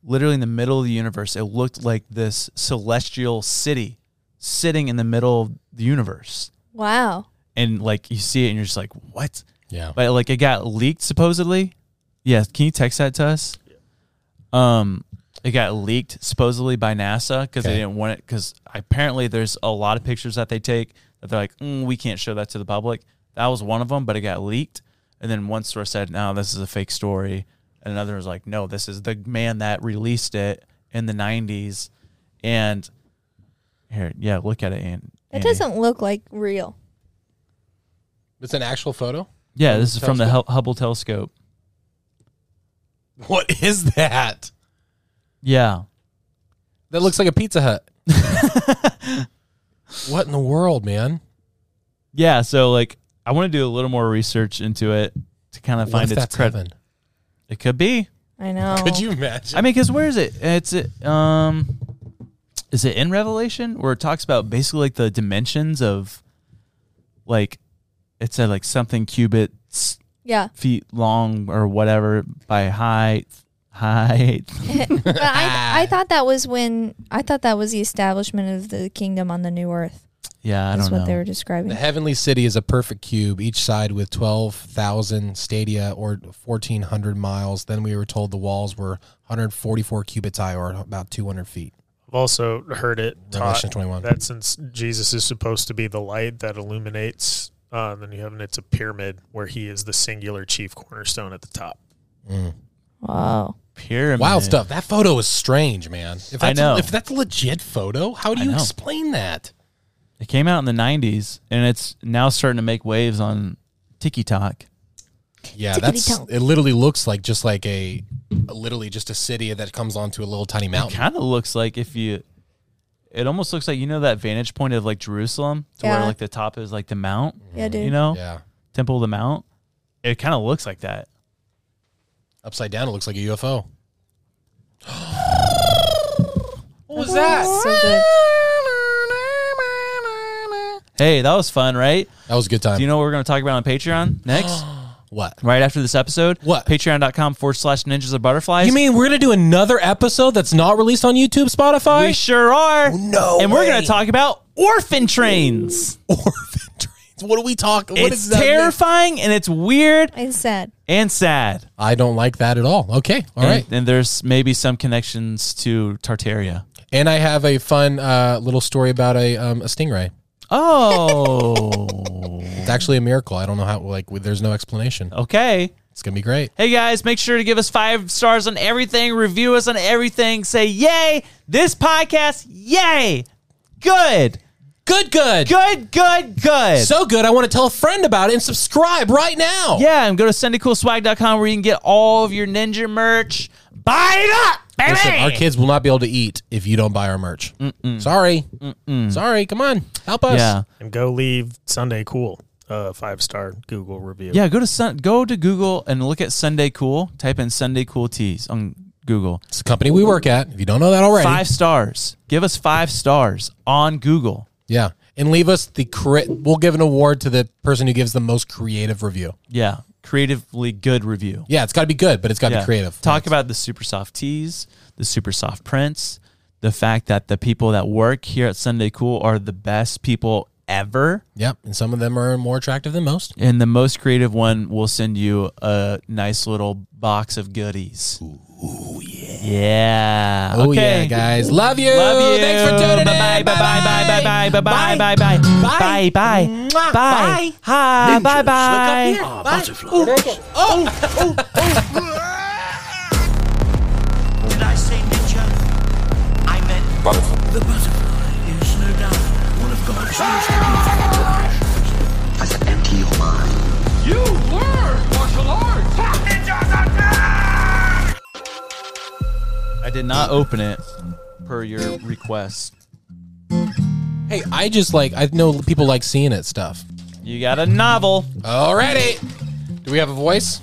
S1: Literally in the middle of the universe, it looked like this celestial city sitting in the middle of the universe.
S2: Wow.
S1: And like you see it and you're just like, "What?"
S4: Yeah,
S1: But like it got leaked supposedly. Yeah, can you text that to us? Um, it got leaked supposedly by NASA because they
S4: Okay.
S1: didn't want it. Because apparently there's a lot of pictures that they take that they're like, mm, we can't show that to the public. That was one of them, but it got leaked. And then one source said, no, this is a fake story. And another was like, no, this is the man that released it in the 90s. And here, yeah, look at it. And
S2: That doesn't look like real.
S4: it's an actual photo.
S1: Yeah, this is from the Hub- Hubble telescope.
S4: What is that?
S1: Yeah.
S4: That looks like a Pizza Hut. what in the world, man?
S1: yeah so like i want to do a little more research into it to kind of
S4: What
S1: find its
S4: if
S1: Oh.
S4: that's
S1: credit
S4: heaven?
S1: it could be
S2: I know.
S4: Could you imagine?
S1: i mean because where is it it's um is it in revelation where it talks about basically like the dimensions of like it said like something cubits
S2: Yeah.
S1: feet long or whatever by height height
S2: But I I thought that was when I thought that was the establishment of the kingdom on the new earth.
S1: yeah i
S2: That's
S1: don't
S2: what
S1: know
S2: they were
S4: the
S2: describing.
S4: heavenly city is a perfect cube, each side with 12,000 stadia or 1,400 miles. Then we were told the walls were 144 cubits high or about 200 feet.
S3: I've also heard it taught
S4: Revelation 21.
S3: that since Jesus is supposed to be the light that illuminates, uh, then you have and it's a pyramid where he is the singular chief cornerstone at the top.
S2: Wow.
S1: pyramid
S4: Wild stuff. That photo is strange, man. If that's,
S1: I know.
S4: If that's a legit photo, how do
S1: I
S4: you
S1: know.
S4: explain that?
S1: it came out in the 90s and it's now starting to make waves on tiktok
S4: Yeah,
S2: Tickety
S4: that's
S2: tonk.
S4: it. Literally looks like just like a, literally just a city that comes onto a little tiny mountain.
S1: kind of looks like if you it almost looks like you know that vantage point of like Jerusalem to where
S2: Yeah.
S1: like the top is like the mount,
S2: Yeah, dude.
S1: you know?
S4: Yeah,
S1: Temple of the Mount. It kind of looks like that.
S4: upside down, it looks like a UFO.
S2: what was that? So good.
S1: Hey, that was fun, right?
S4: That was a good time.
S1: Do you know what we're going to talk about on Patreon next?
S4: What?
S1: right after this episode.
S4: What?
S1: Patreon.com forward slash ninjas of butterflies.
S4: You mean we're gonna do another episode that's not released on YouTube, Spotify?
S1: we sure are?
S4: Oh, no
S1: And we're going
S4: way.
S1: to talk about orphan trains.
S4: Orphan trains. What do we talk? What
S1: it's
S4: is that?
S1: terrifying and it's weird
S2: I said
S1: and sad.
S4: I don't like that at all. Okay, all
S1: and,
S4: right.
S1: and there's maybe some connections to Tartaria.
S4: And I have a fun uh, little story about a um, a stingray.
S1: Oh,
S4: It's actually a miracle. I don't know how. Like, there's no explanation.
S1: okay.
S4: It's gonna be great.
S1: Hey guys, make sure to give us five stars on everything, review us on everything, say yay, this podcast, yay, good,
S4: Good, good,
S1: good, good, good.
S4: So good. I want to tell a friend about it and subscribe right now.
S1: yeah, and go to senditcoolswag.com where you can get all of your ninja merch. Buy it up, baby.
S4: Listen, our kids will not be able to eat if you don't buy our merch. Sorry. Sorry. Come on. Help us.
S1: yeah.
S3: And go leave Sunday cool a five star Google review.
S1: Yeah, go to sun, go to Google and look at Sunday Cool. Type in Sunday Cool Tees on Google.
S4: It's the company we work at. If you don't know that already.
S1: Five stars. Give us five stars on Google.
S4: Yeah. And leave us the cre- we'll give an award to the person who gives the most creative review.
S1: Yeah, creatively good review.
S4: Yeah, it's got to be good, but it's got to
S1: Yeah.
S4: be creative.
S1: Talk about the super soft tees, the super soft prints, the fact that the people that work here at Sunday Cool are the best people ever,
S4: Yep, and some of them are more attractive than most.
S1: and the most creative one will send you a nice little box of goodies. Ooh yeah. Yeah.
S4: Oh
S1: okay.
S4: yeah, guys. Love you.
S1: Love you.
S4: Thanks for tuning in.
S1: Bye-bye, Bye bye bye bye bye bye bye bye bye bye bye
S4: Mwah.
S1: bye. Hi. Bye bye.
S4: Look up here. Bye.
S11: Butterflies.
S12: Did I say ninja? I meant
S11: The butterfly is no doubt one of God's most beautiful creations.
S12: I said empty your mind.
S1: I did not open it per your request.
S4: Hey, I just like I know people like seeing it stuff.
S1: You got a novel.
S4: Alrighty. Do we have a voice?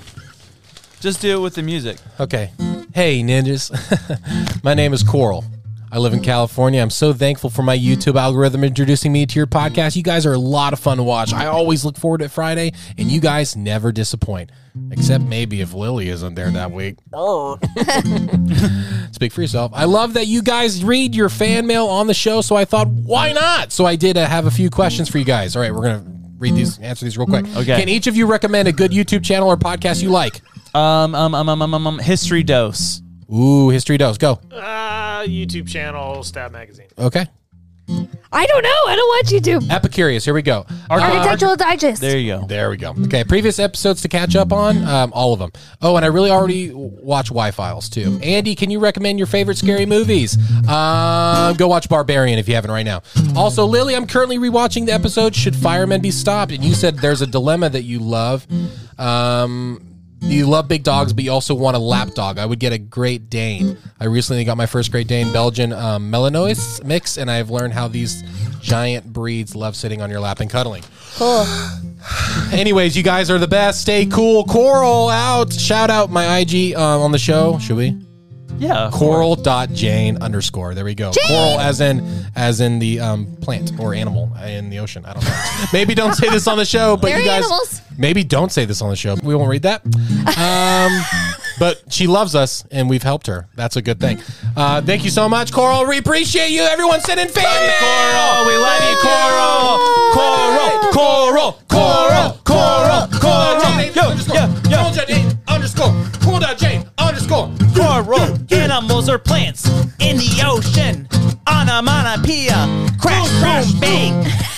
S1: Just do it with the music.
S4: Okay. Hey, ninjas. my name is Coral. I live in California. I'm so thankful for my YouTube algorithm introducing me to your podcast. You guys are a lot of fun to watch. I always look forward to Friday, and you guys never disappoint. Except maybe if Lily isn't there that week. Speak for yourself. I love that you guys read your fan mail on the show, so I thought, why not? So I did uh, have a few questions for you guys. All right, we're going to read these, answer these real quick.
S1: Okay.
S4: Can each of you recommend a good YouTube channel or podcast you like?
S1: Um um um um um, um, um history dose.
S4: Ooh, history does. Go.
S3: Uh, YouTube channel, Stab Magazine.
S4: Okay.
S2: I don't know. I don't watch YouTube.
S4: Epicurious. Here we go.
S2: Architectural Digest.
S1: There you go.
S4: There we go. Okay. Previous episodes to catch up on, um, all of them. Oh, and I really already watch Y Files too. Andy, can you recommend your favorite scary movies? Um, go watch Barbarian if you haven't right now. Also, Lily, I'm currently rewatching the episode Should Firemen Be Stopped? And you said there's a dilemma that you love. Um, you love big dogs, but you also want a lap dog. I would get a Great Dane. I recently got my first Great Dane Belgian um, Melanois mix, and I've learned how these giant breeds love sitting on your lap and cuddling. Anyways, you guys are the best. Stay cool. Coral out. Shout out my IG um, on the show. Should we?
S1: Yeah.
S4: Uh, Coral.jane underscore. There we go. Coral as in as in the um, plant or animal in the ocean. I don't know. maybe don't say this on the show, but
S2: They're
S4: you guys
S2: animals.
S4: maybe don't say this on the show. We won't read that. Um, but she loves us and we've helped her. That's a good thing. Uh, thank you so much, Coral. We appreciate you. Everyone send in fan mail.
S1: Coral, we love you, Coral. Coral, Coral, Coral, Coral, Coral. Yo, yo, yo.
S4: Jane underscore. Cool dot Jane underscore.
S1: Coral, animals or plants in the ocean. Onomatopoeia. Crash, crash, bang.